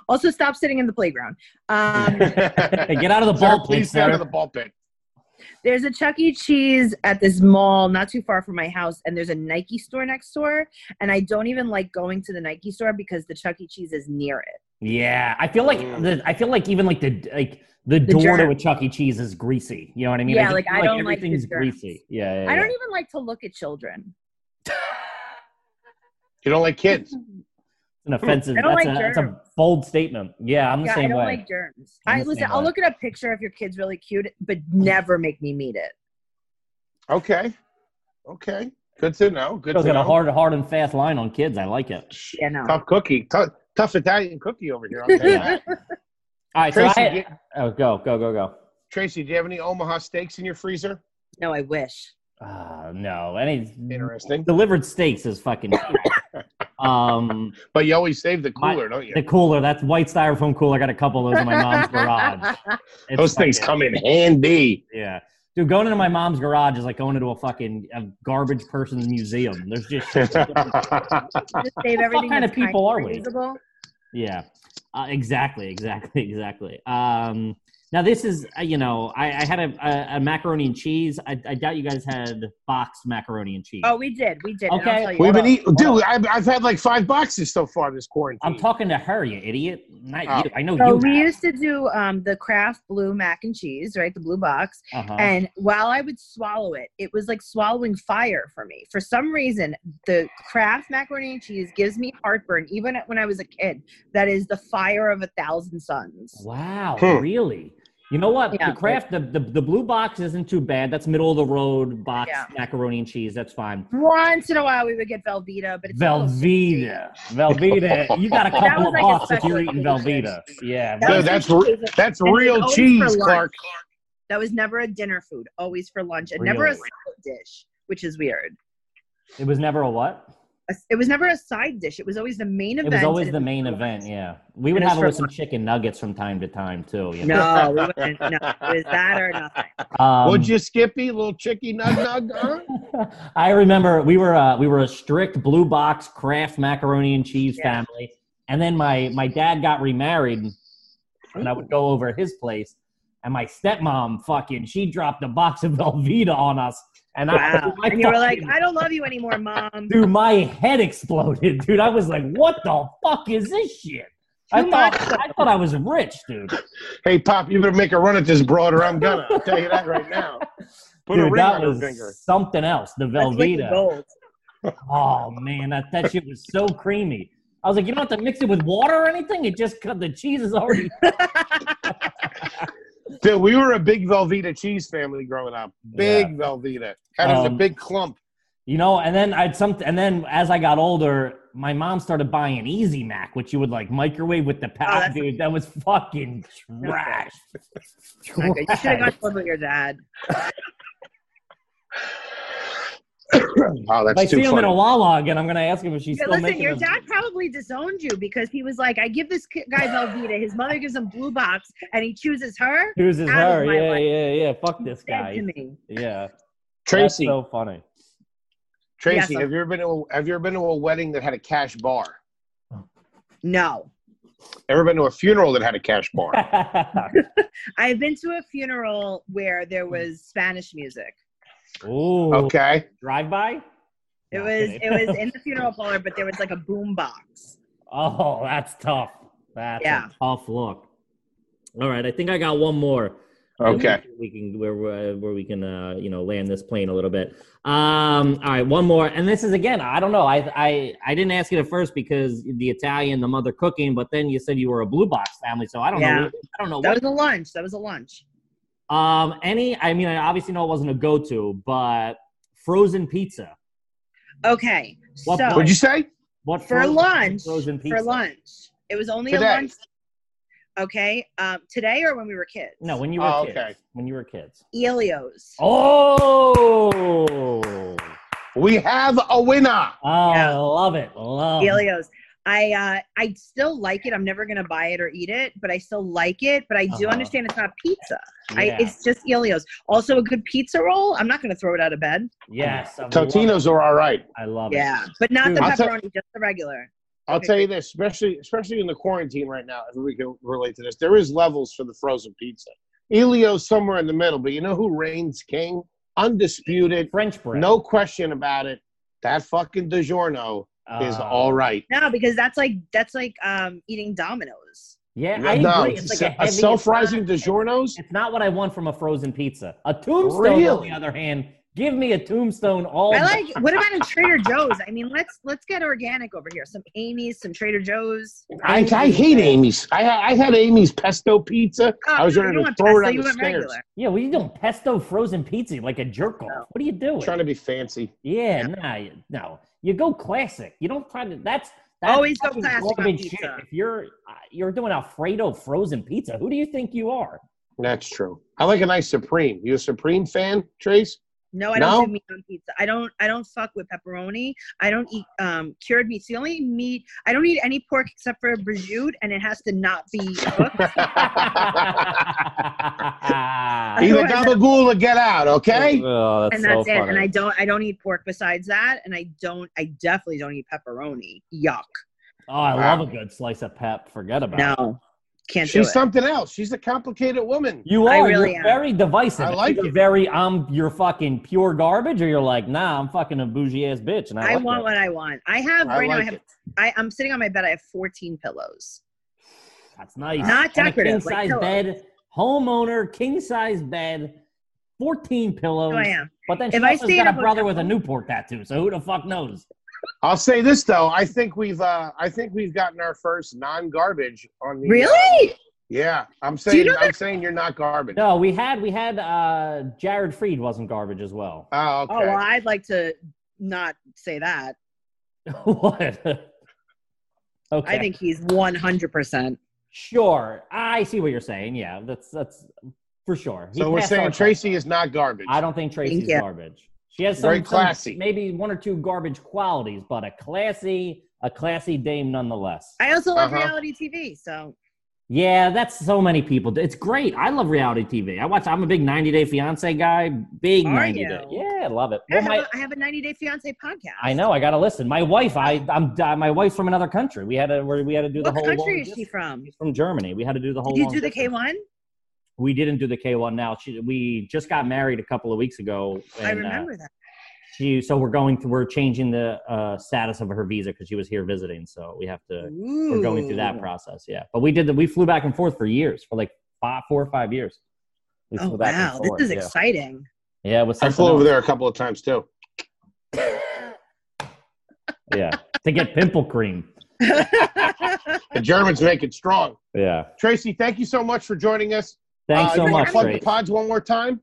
S4: Also, stop sitting in the playground. Um,
S3: Hey,
S2: get
S3: get out of the
S2: sir,
S3: ball,
S2: please
S3: please,
S2: stay out of
S3: sir.
S2: the ball pit.
S4: There's a Chuck E. Cheese at this mall not too far from my house, and there's a Nike store next door. And I don't even like going to the Nike store because the Chuck E. Cheese is near it.
S3: Yeah, I feel like
S2: Mm.
S3: the, I feel like even like the like the, door
S4: germ.
S3: to a Chuck E. Cheese is greasy. You know what I mean?
S4: Yeah,
S3: just
S4: like,
S3: feel
S4: I don't like the
S3: everything's
S4: germs.
S3: greasy. Yeah, yeah,
S4: I don't
S3: yeah.
S4: even like to look at children.
S2: You don't like kids.
S3: It's an offensive.
S4: I don't
S3: that's,
S4: like
S3: a, that's
S4: germs.
S3: a bold statement. Yeah, I'm the
S4: Yeah, I
S3: same
S4: don't
S3: way.
S4: like germs.
S3: I'm
S4: I
S3: the
S4: listen.
S3: same
S4: I'll
S3: way.
S4: look at a picture if your kid's really cute, but never make me meet it.
S2: Okay, okay, good to know. Good
S3: Joe's
S2: to
S3: got a
S2: know.
S3: hard, hard and fast line on kids. I like it.
S4: Yeah, no.
S2: Tough cookie, tough, tough Italian cookie over here. I'll tell you that.
S3: All right,
S2: Tracy,
S3: so I,
S2: do you-
S3: oh, go, go, go, go.
S2: Tracy, do you have any Omaha steaks in your freezer?
S4: No, I wish.
S3: Uh, no, any
S2: Interesting.
S3: delivered steaks is fucking. um,
S2: But you always save the
S3: My-
S2: cooler, don't you?
S3: the cooler that's white styrofoam cooler. I got a couple of those in my mom's garage. It's
S2: Those things
S3: fucking-
S2: come in handy.
S3: Yeah. Dude, going into my mom's garage is like going into a fucking a garbage person's museum. There's just
S4: Just save
S3: fuck
S4: everything.
S3: kind
S4: that's
S3: of people
S4: kind
S3: are we?
S4: reusable.
S3: yeah, uh, exactly, exactly, exactly. Um, now this is uh, you know I, I had a, a, a macaroni and cheese. I, I doubt you guys had boxed macaroni and cheese.
S4: Oh, we did. We did. and I'll
S3: Okay.
S4: tell you
S2: We've
S4: what.
S2: been eating,
S3: Hold
S2: dude. I've, I've had like five boxes so far this quarantine.
S3: I'm talking to her, you idiot. Not
S2: Oh.
S3: you. I know
S4: So
S3: you.
S4: we
S3: have.
S4: used to do um, the Kraft Blue Mac and Cheese, right? The blue box.
S3: Uh-huh.
S4: And while I would swallow it, it was like swallowing fire for me. For some reason, the Kraft macaroni and cheese gives me heartburn, even at- when I was a kid. That is the fire of a thousand suns.
S3: Wow,
S2: Hmm.
S3: really? You know what?
S4: Yeah,
S3: the craft, the, the the blue box isn't too bad. That's middle of the road box
S4: Yeah.
S3: macaroni and cheese. That's fine.
S4: Once in a while, we would get Velveeta, but it's
S3: Velveeta, Velveeta. You got a
S4: That
S3: couple of
S4: was like a
S3: bucks if you're
S4: special
S3: eating
S4: occasion.
S3: Velveeta. Yeah,
S4: That
S2: Dude,
S4: was
S2: that's
S4: like-
S2: re- that's
S4: And it's
S2: real
S4: always for
S2: cheese,
S4: lunch.
S2: Clark.
S4: That was never a dinner food, always for lunch, and never a
S3: Really?
S4: side dish, which is weird.
S3: it was never a what?
S4: A- It was never a side dish. It was always the main
S3: It
S4: event.
S3: was always
S4: and
S3: the
S4: was
S3: main
S4: for
S3: event.
S4: lunch.
S3: Yeah, we would
S4: And it's
S3: have it with
S4: for
S3: some chicken nuggets from time to time too. You know?
S4: No, we wouldn't. no, it was that or nothing.
S3: Um,
S2: Would you, Skippy? Little chicky nug nug, huh?
S3: I remember we were uh, we were a strict blue box craft macaroni and cheese
S4: Yeah.
S3: family, and then my my dad got remarried, and I would go over at his place, and my stepmom fucking she dropped a box of Velveeta on us, and I,
S4: Wow.
S3: my
S4: And you were like,
S3: fucking-
S4: I don't love you anymore, mom.
S3: dude, my head exploded, dude. I was like, what the fuck is this shit? I
S4: Too
S3: thought I thought I was rich, dude.
S2: Hey, Pop, you better make a run at this broad, or I'm gonna. I'll tell you that right now. Put
S3: dude,
S2: a ring
S3: that
S2: on her
S3: was
S2: finger.
S3: something else. The
S4: That's like
S3: Velveeta.
S4: gold.
S3: oh man, that, that shit was so creamy. I was like, you don't have to mix it with water or anything. It just the cheese is already.
S2: Dude, we were a big Velveeta cheese family growing up. Big Velveeta. Had it as a
S3: Um,
S2: big clump.
S3: You know, and then I'd some, and then as I got older, my mom started buying Easy Mac, which you would like microwave with the
S4: Oh,
S3: power.
S4: that's-
S3: dude, that was fucking
S4: good.
S3: trash.
S4: Not good. You should have
S3: Trash.
S4: gone over your dad.
S2: Oh,
S3: If I
S2: that's
S3: see
S2: too
S3: him in a
S2: funny.
S3: Wawa again, I'm gonna ask him if she's
S4: Yeah,
S3: still
S4: listen,
S3: making
S4: your
S3: them.
S4: dad probably disowned you because he was like, I give this ki- guy Velveeta. His mother gives him Blue Box, and he chooses her.
S3: Chooses
S4: out of
S3: her.
S4: my
S3: Yeah,
S4: life.
S3: yeah, yeah. Fuck this
S4: Dead
S3: guy.
S4: to me.
S3: Yeah,
S2: Tracy,
S3: That's so funny.
S4: Yes,
S2: Tracy,
S4: I'm-
S2: have you ever been to a, have you ever been to a wedding that had a cash bar?
S4: No.
S2: Ever been to a funeral that had a cash bar?
S4: I've been to a funeral where there was Spanish music.
S3: Ooh,
S2: Okay.
S3: drive by.
S4: It was it was in the funeral parlor, but there was like a boom box.
S3: Oh, that's tough. That's
S4: Yeah.
S3: a tough look. All right, I think I got one more.
S2: Okay.
S3: we can where where where we can uh, you know land this plane a little bit. Um, all right, one more, and this is again. I don't know. I I I didn't ask it at first because the Italian, the mother cooking, but then you said you were a blue box family, so I don't know.
S4: Yeah.
S3: I don't know
S4: That
S3: what.
S4: was a lunch. That was a lunch.
S3: Um, any? I mean, I obviously know it wasn't a go-to, but frozen pizza.
S4: Okay.
S3: What
S4: so
S2: What'd you say?
S3: What
S4: for
S3: frozen-
S4: lunch
S3: Frozen pizza.
S4: for lunch. It was only
S2: Today.
S4: a lunch. Okay. Um, today or when we were kids?
S3: No, when you were
S2: Oh,
S3: kids.
S2: okay.
S3: When you were kids.
S4: Elio's.
S3: Oh,
S2: We have a winner.
S3: oh,
S4: Yeah.
S3: love it, love. it.
S4: Elio's. I uh, I still like it. I'm never gonna buy it or eat it, but I still like it. But I do
S3: Uh-huh.
S4: understand it's not pizza. I,
S3: Yeah.
S4: it's just Elio's. Also, a good pizza roll. I'm not gonna throw it out of bed.
S3: yes, I Love
S2: Totinos are all right.
S3: it. I love it.
S4: Yeah, but not the
S3: Oh, Dude,
S2: I'll tell-
S4: pepperoni, just the regular.
S2: I'll
S4: Okay.
S2: tell you this, especially especially in the quarantine right now, everybody can relate to this. There is levels for the frozen pizza. Elio's somewhere in the middle, but you know who reigns king? Undisputed,
S3: French bread.
S2: no question about it. That fucking DiGiorno is
S3: Uh,
S2: all right.
S4: No, because that's like that's like um eating Domino's.
S3: Yeah,
S2: No,
S3: I
S2: no,
S3: agree. It's like a, heavy, it's
S2: self-rising
S3: not-
S2: DiGiorno's.
S3: It's not what I want from a frozen pizza. A tombstone, on
S2: Really?
S3: the other hand, give me a tombstone all.
S4: I
S3: day.
S4: like. What about a Trader Joe's? I mean, let's let's get organic over here. Some Amy's, some Trader Joe's.
S2: I, I hate Amy's. I I had Amy's pesto pizza. I was
S4: Oh, you
S2: ready
S4: don't
S2: to
S4: want
S2: throw it
S4: pesto,
S2: on
S4: you
S2: the
S4: want
S2: stairs.
S4: regular.
S3: Yeah, what are you doing? Pesto frozen pizza like a jerk off.
S4: No.
S3: What are you doing?
S2: Trying to be fancy.
S3: yeah, nah, you- no. You go classic. You don't try to. That's, that's
S4: Always go
S3: fucking
S4: classic on
S3: garbage
S4: pizza.
S3: shit. If you're uh, you're doing Alfredo frozen pizza, who do you think you are?
S2: That's true. I like a nice Supreme. You a Supreme fan, Trace?
S4: No, I don't
S2: No?
S4: do meat on pizza. I don't. I don't fuck with pepperoni. I don't eat um, cured meats. The only meat I don't eat any pork except for brajute, and it has to not be cooked.
S2: Either
S4: Otherwise, I-
S2: gabagool or get out, okay?
S3: Oh, that's
S4: and
S3: so
S4: that's it.
S3: funny.
S4: And I don't. I don't eat pork besides that. And I don't. I definitely don't eat pepperoni. Yuck.
S3: oh, I love a good slice of pep. Forget about it.
S4: No, can't do
S2: She's
S4: it.
S2: something else. She's a complicated woman.
S3: You
S4: I
S3: are
S4: really
S3: you're
S4: am.
S3: very divisive.
S2: I like
S3: Either
S2: it.
S3: Very, I'm you're fucking pure garbage, or you're like, nah, I'm fucking a bougie ass bitch, and I,
S4: I
S3: like
S4: want
S3: that.
S4: what I want. I have
S2: I
S4: right now. I
S2: like
S4: have.
S2: it.
S4: I, I'm sitting on my bed. I have 14 pillows.
S3: That's nice.
S4: Not
S3: King
S4: decorative, like
S3: size
S4: pillows.
S3: bed, homeowner, king size bed, fourteen pillows.
S4: So I am.
S3: But then she
S4: Oh, If I
S3: also
S4: stay
S3: got
S4: in
S3: a
S4: a
S3: brother
S4: hotel-
S3: with a Newport tattoo, so who the fuck knows?
S2: I'll say this though. I think we've uh I think we've gotten our first non-garbage on the
S4: Really?
S2: Yeah. I'm
S4: Do
S2: saying
S4: you know
S2: I'm saying you're not garbage.
S3: No, we had we had uh Jared Freed wasn't garbage as well.
S2: Oh,
S4: Oh
S2: okay.
S4: well, I'd like to not say that.
S3: what? okay.
S4: I think he's 100. percent
S3: Sure, I see what you're saying. Yeah, that's that's for sure. He
S2: so we're
S3: passed our
S2: saying
S3: test.
S2: Tracy is not garbage.
S3: I don't think Tracy's
S4: you.
S3: garbage. She has some,
S2: Very
S3: some-
S2: classy.
S3: maybe one or two garbage qualities, but a classy, a classy dame nonetheless.
S4: I also love
S2: Uh-huh.
S4: reality TV, so
S3: yeah, that's so many people. It's great. I love reality TV. I watch. I'm a big 90 Day Fiance guy. Big
S4: Are
S3: 90
S4: you?
S3: Day. Yeah, I love it.
S4: I
S3: Well,
S4: have,
S3: my,
S4: a, I have a 90 Day Fiance podcast.
S3: I know. I gotta listen. My wife. I. I'm. uh, My wife's from another country. We had to. we're- We had to do the
S4: What
S3: whole. long
S4: country is she
S3: distance.
S4: from?
S3: She's from Germany. We had to do the whole.
S4: Did you
S3: long
S4: do the
S3: distance.
S4: K1?
S3: We didn't do the K1. Now she, we just got married a couple of weeks ago.
S4: I
S3: and, uh,
S4: remember that.
S3: she so we're going through we're changing the uh, status of her visa because she was here visiting so we have to we're going through that
S4: Ooh.
S3: process yeah but we did the, we flew back and forth for years for like five, four or five years we
S4: Oh
S3: flew back and
S4: wow, this
S3: forth,
S4: is
S3: yeah.
S4: exciting.
S3: yeah it was
S2: I
S3: something
S2: flew over
S3: else.
S2: there a couple of times too.
S3: yeah, to get pimple cream.
S2: The Germans make it strong.
S3: Yeah.
S2: Tracy, thank you so much for joining us.
S3: Thanks
S2: Uh,
S3: so
S2: you wanna
S3: much,
S2: Plug the
S3: Trace.
S2: pods one more time.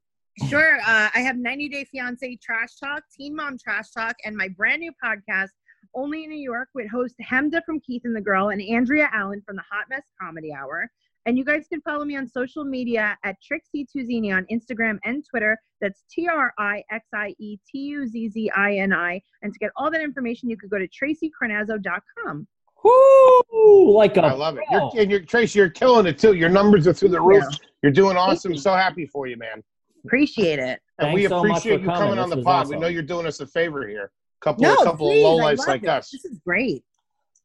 S4: Sure. Uh, I have 90 Day Fiance Trash Talk, Teen Mom Trash Talk, and my brand new podcast, Only in New York, with host Hemda from Keith and the Girl and Andrea Allen from the Hot Mess Comedy Hour. And you guys can follow me on social media at Trixie Tuzini on Instagram and Twitter. That's T R I X I E T U Z Z I N I. And to get all that information, you could go to tracycarnazzo.com.
S3: Woo! Like a
S2: I love it. You're,
S3: pro.
S2: and you're, Tracy, you're killing it too. Your numbers are through the roof.
S4: Yeah.
S2: You're doing awesome.
S4: you.
S2: So happy for you, man.
S4: Appreciate it.
S2: And we
S3: Thanks so much
S2: appreciate
S3: for
S2: you coming,
S3: coming.
S2: on
S3: This
S2: the
S3: was
S2: pod.
S3: awesome.
S2: We know you're doing us a favor here. Couple, a couple
S4: please, I
S2: of lowlifes
S4: love
S2: like
S4: this.
S2: us.
S4: This is great.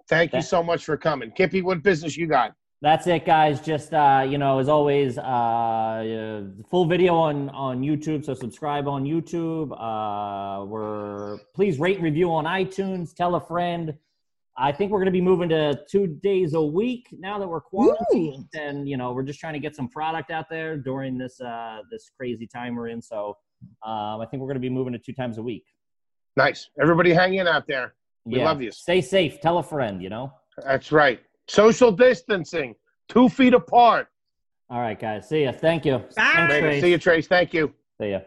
S2: Thank you
S3: Thank-
S2: so much for coming, Kippy. What business you got?
S3: That's it, guys. Just uh, you know, as always, uh, uh, full video on on YouTube. So subscribe on YouTube. Uh, we're please rate and review on iTunes. Tell a friend. I think we're going to be moving to two days a week now that we're quarantined, and you know, we're just trying to get some product out there during this uh, this crazy time we're in. So um, I think we're going to be moving to two times a week.
S2: Nice. Everybody hang in out there. We love you.
S3: Stay safe. Tell a friend. You know.
S2: That's right. Social distancing, two feet apart.
S3: All right, guys. See ya. Thank you. Thanks,
S4: Bye.
S2: Later.
S3: Trace.
S2: See you, Trace. Thank you.
S3: See ya.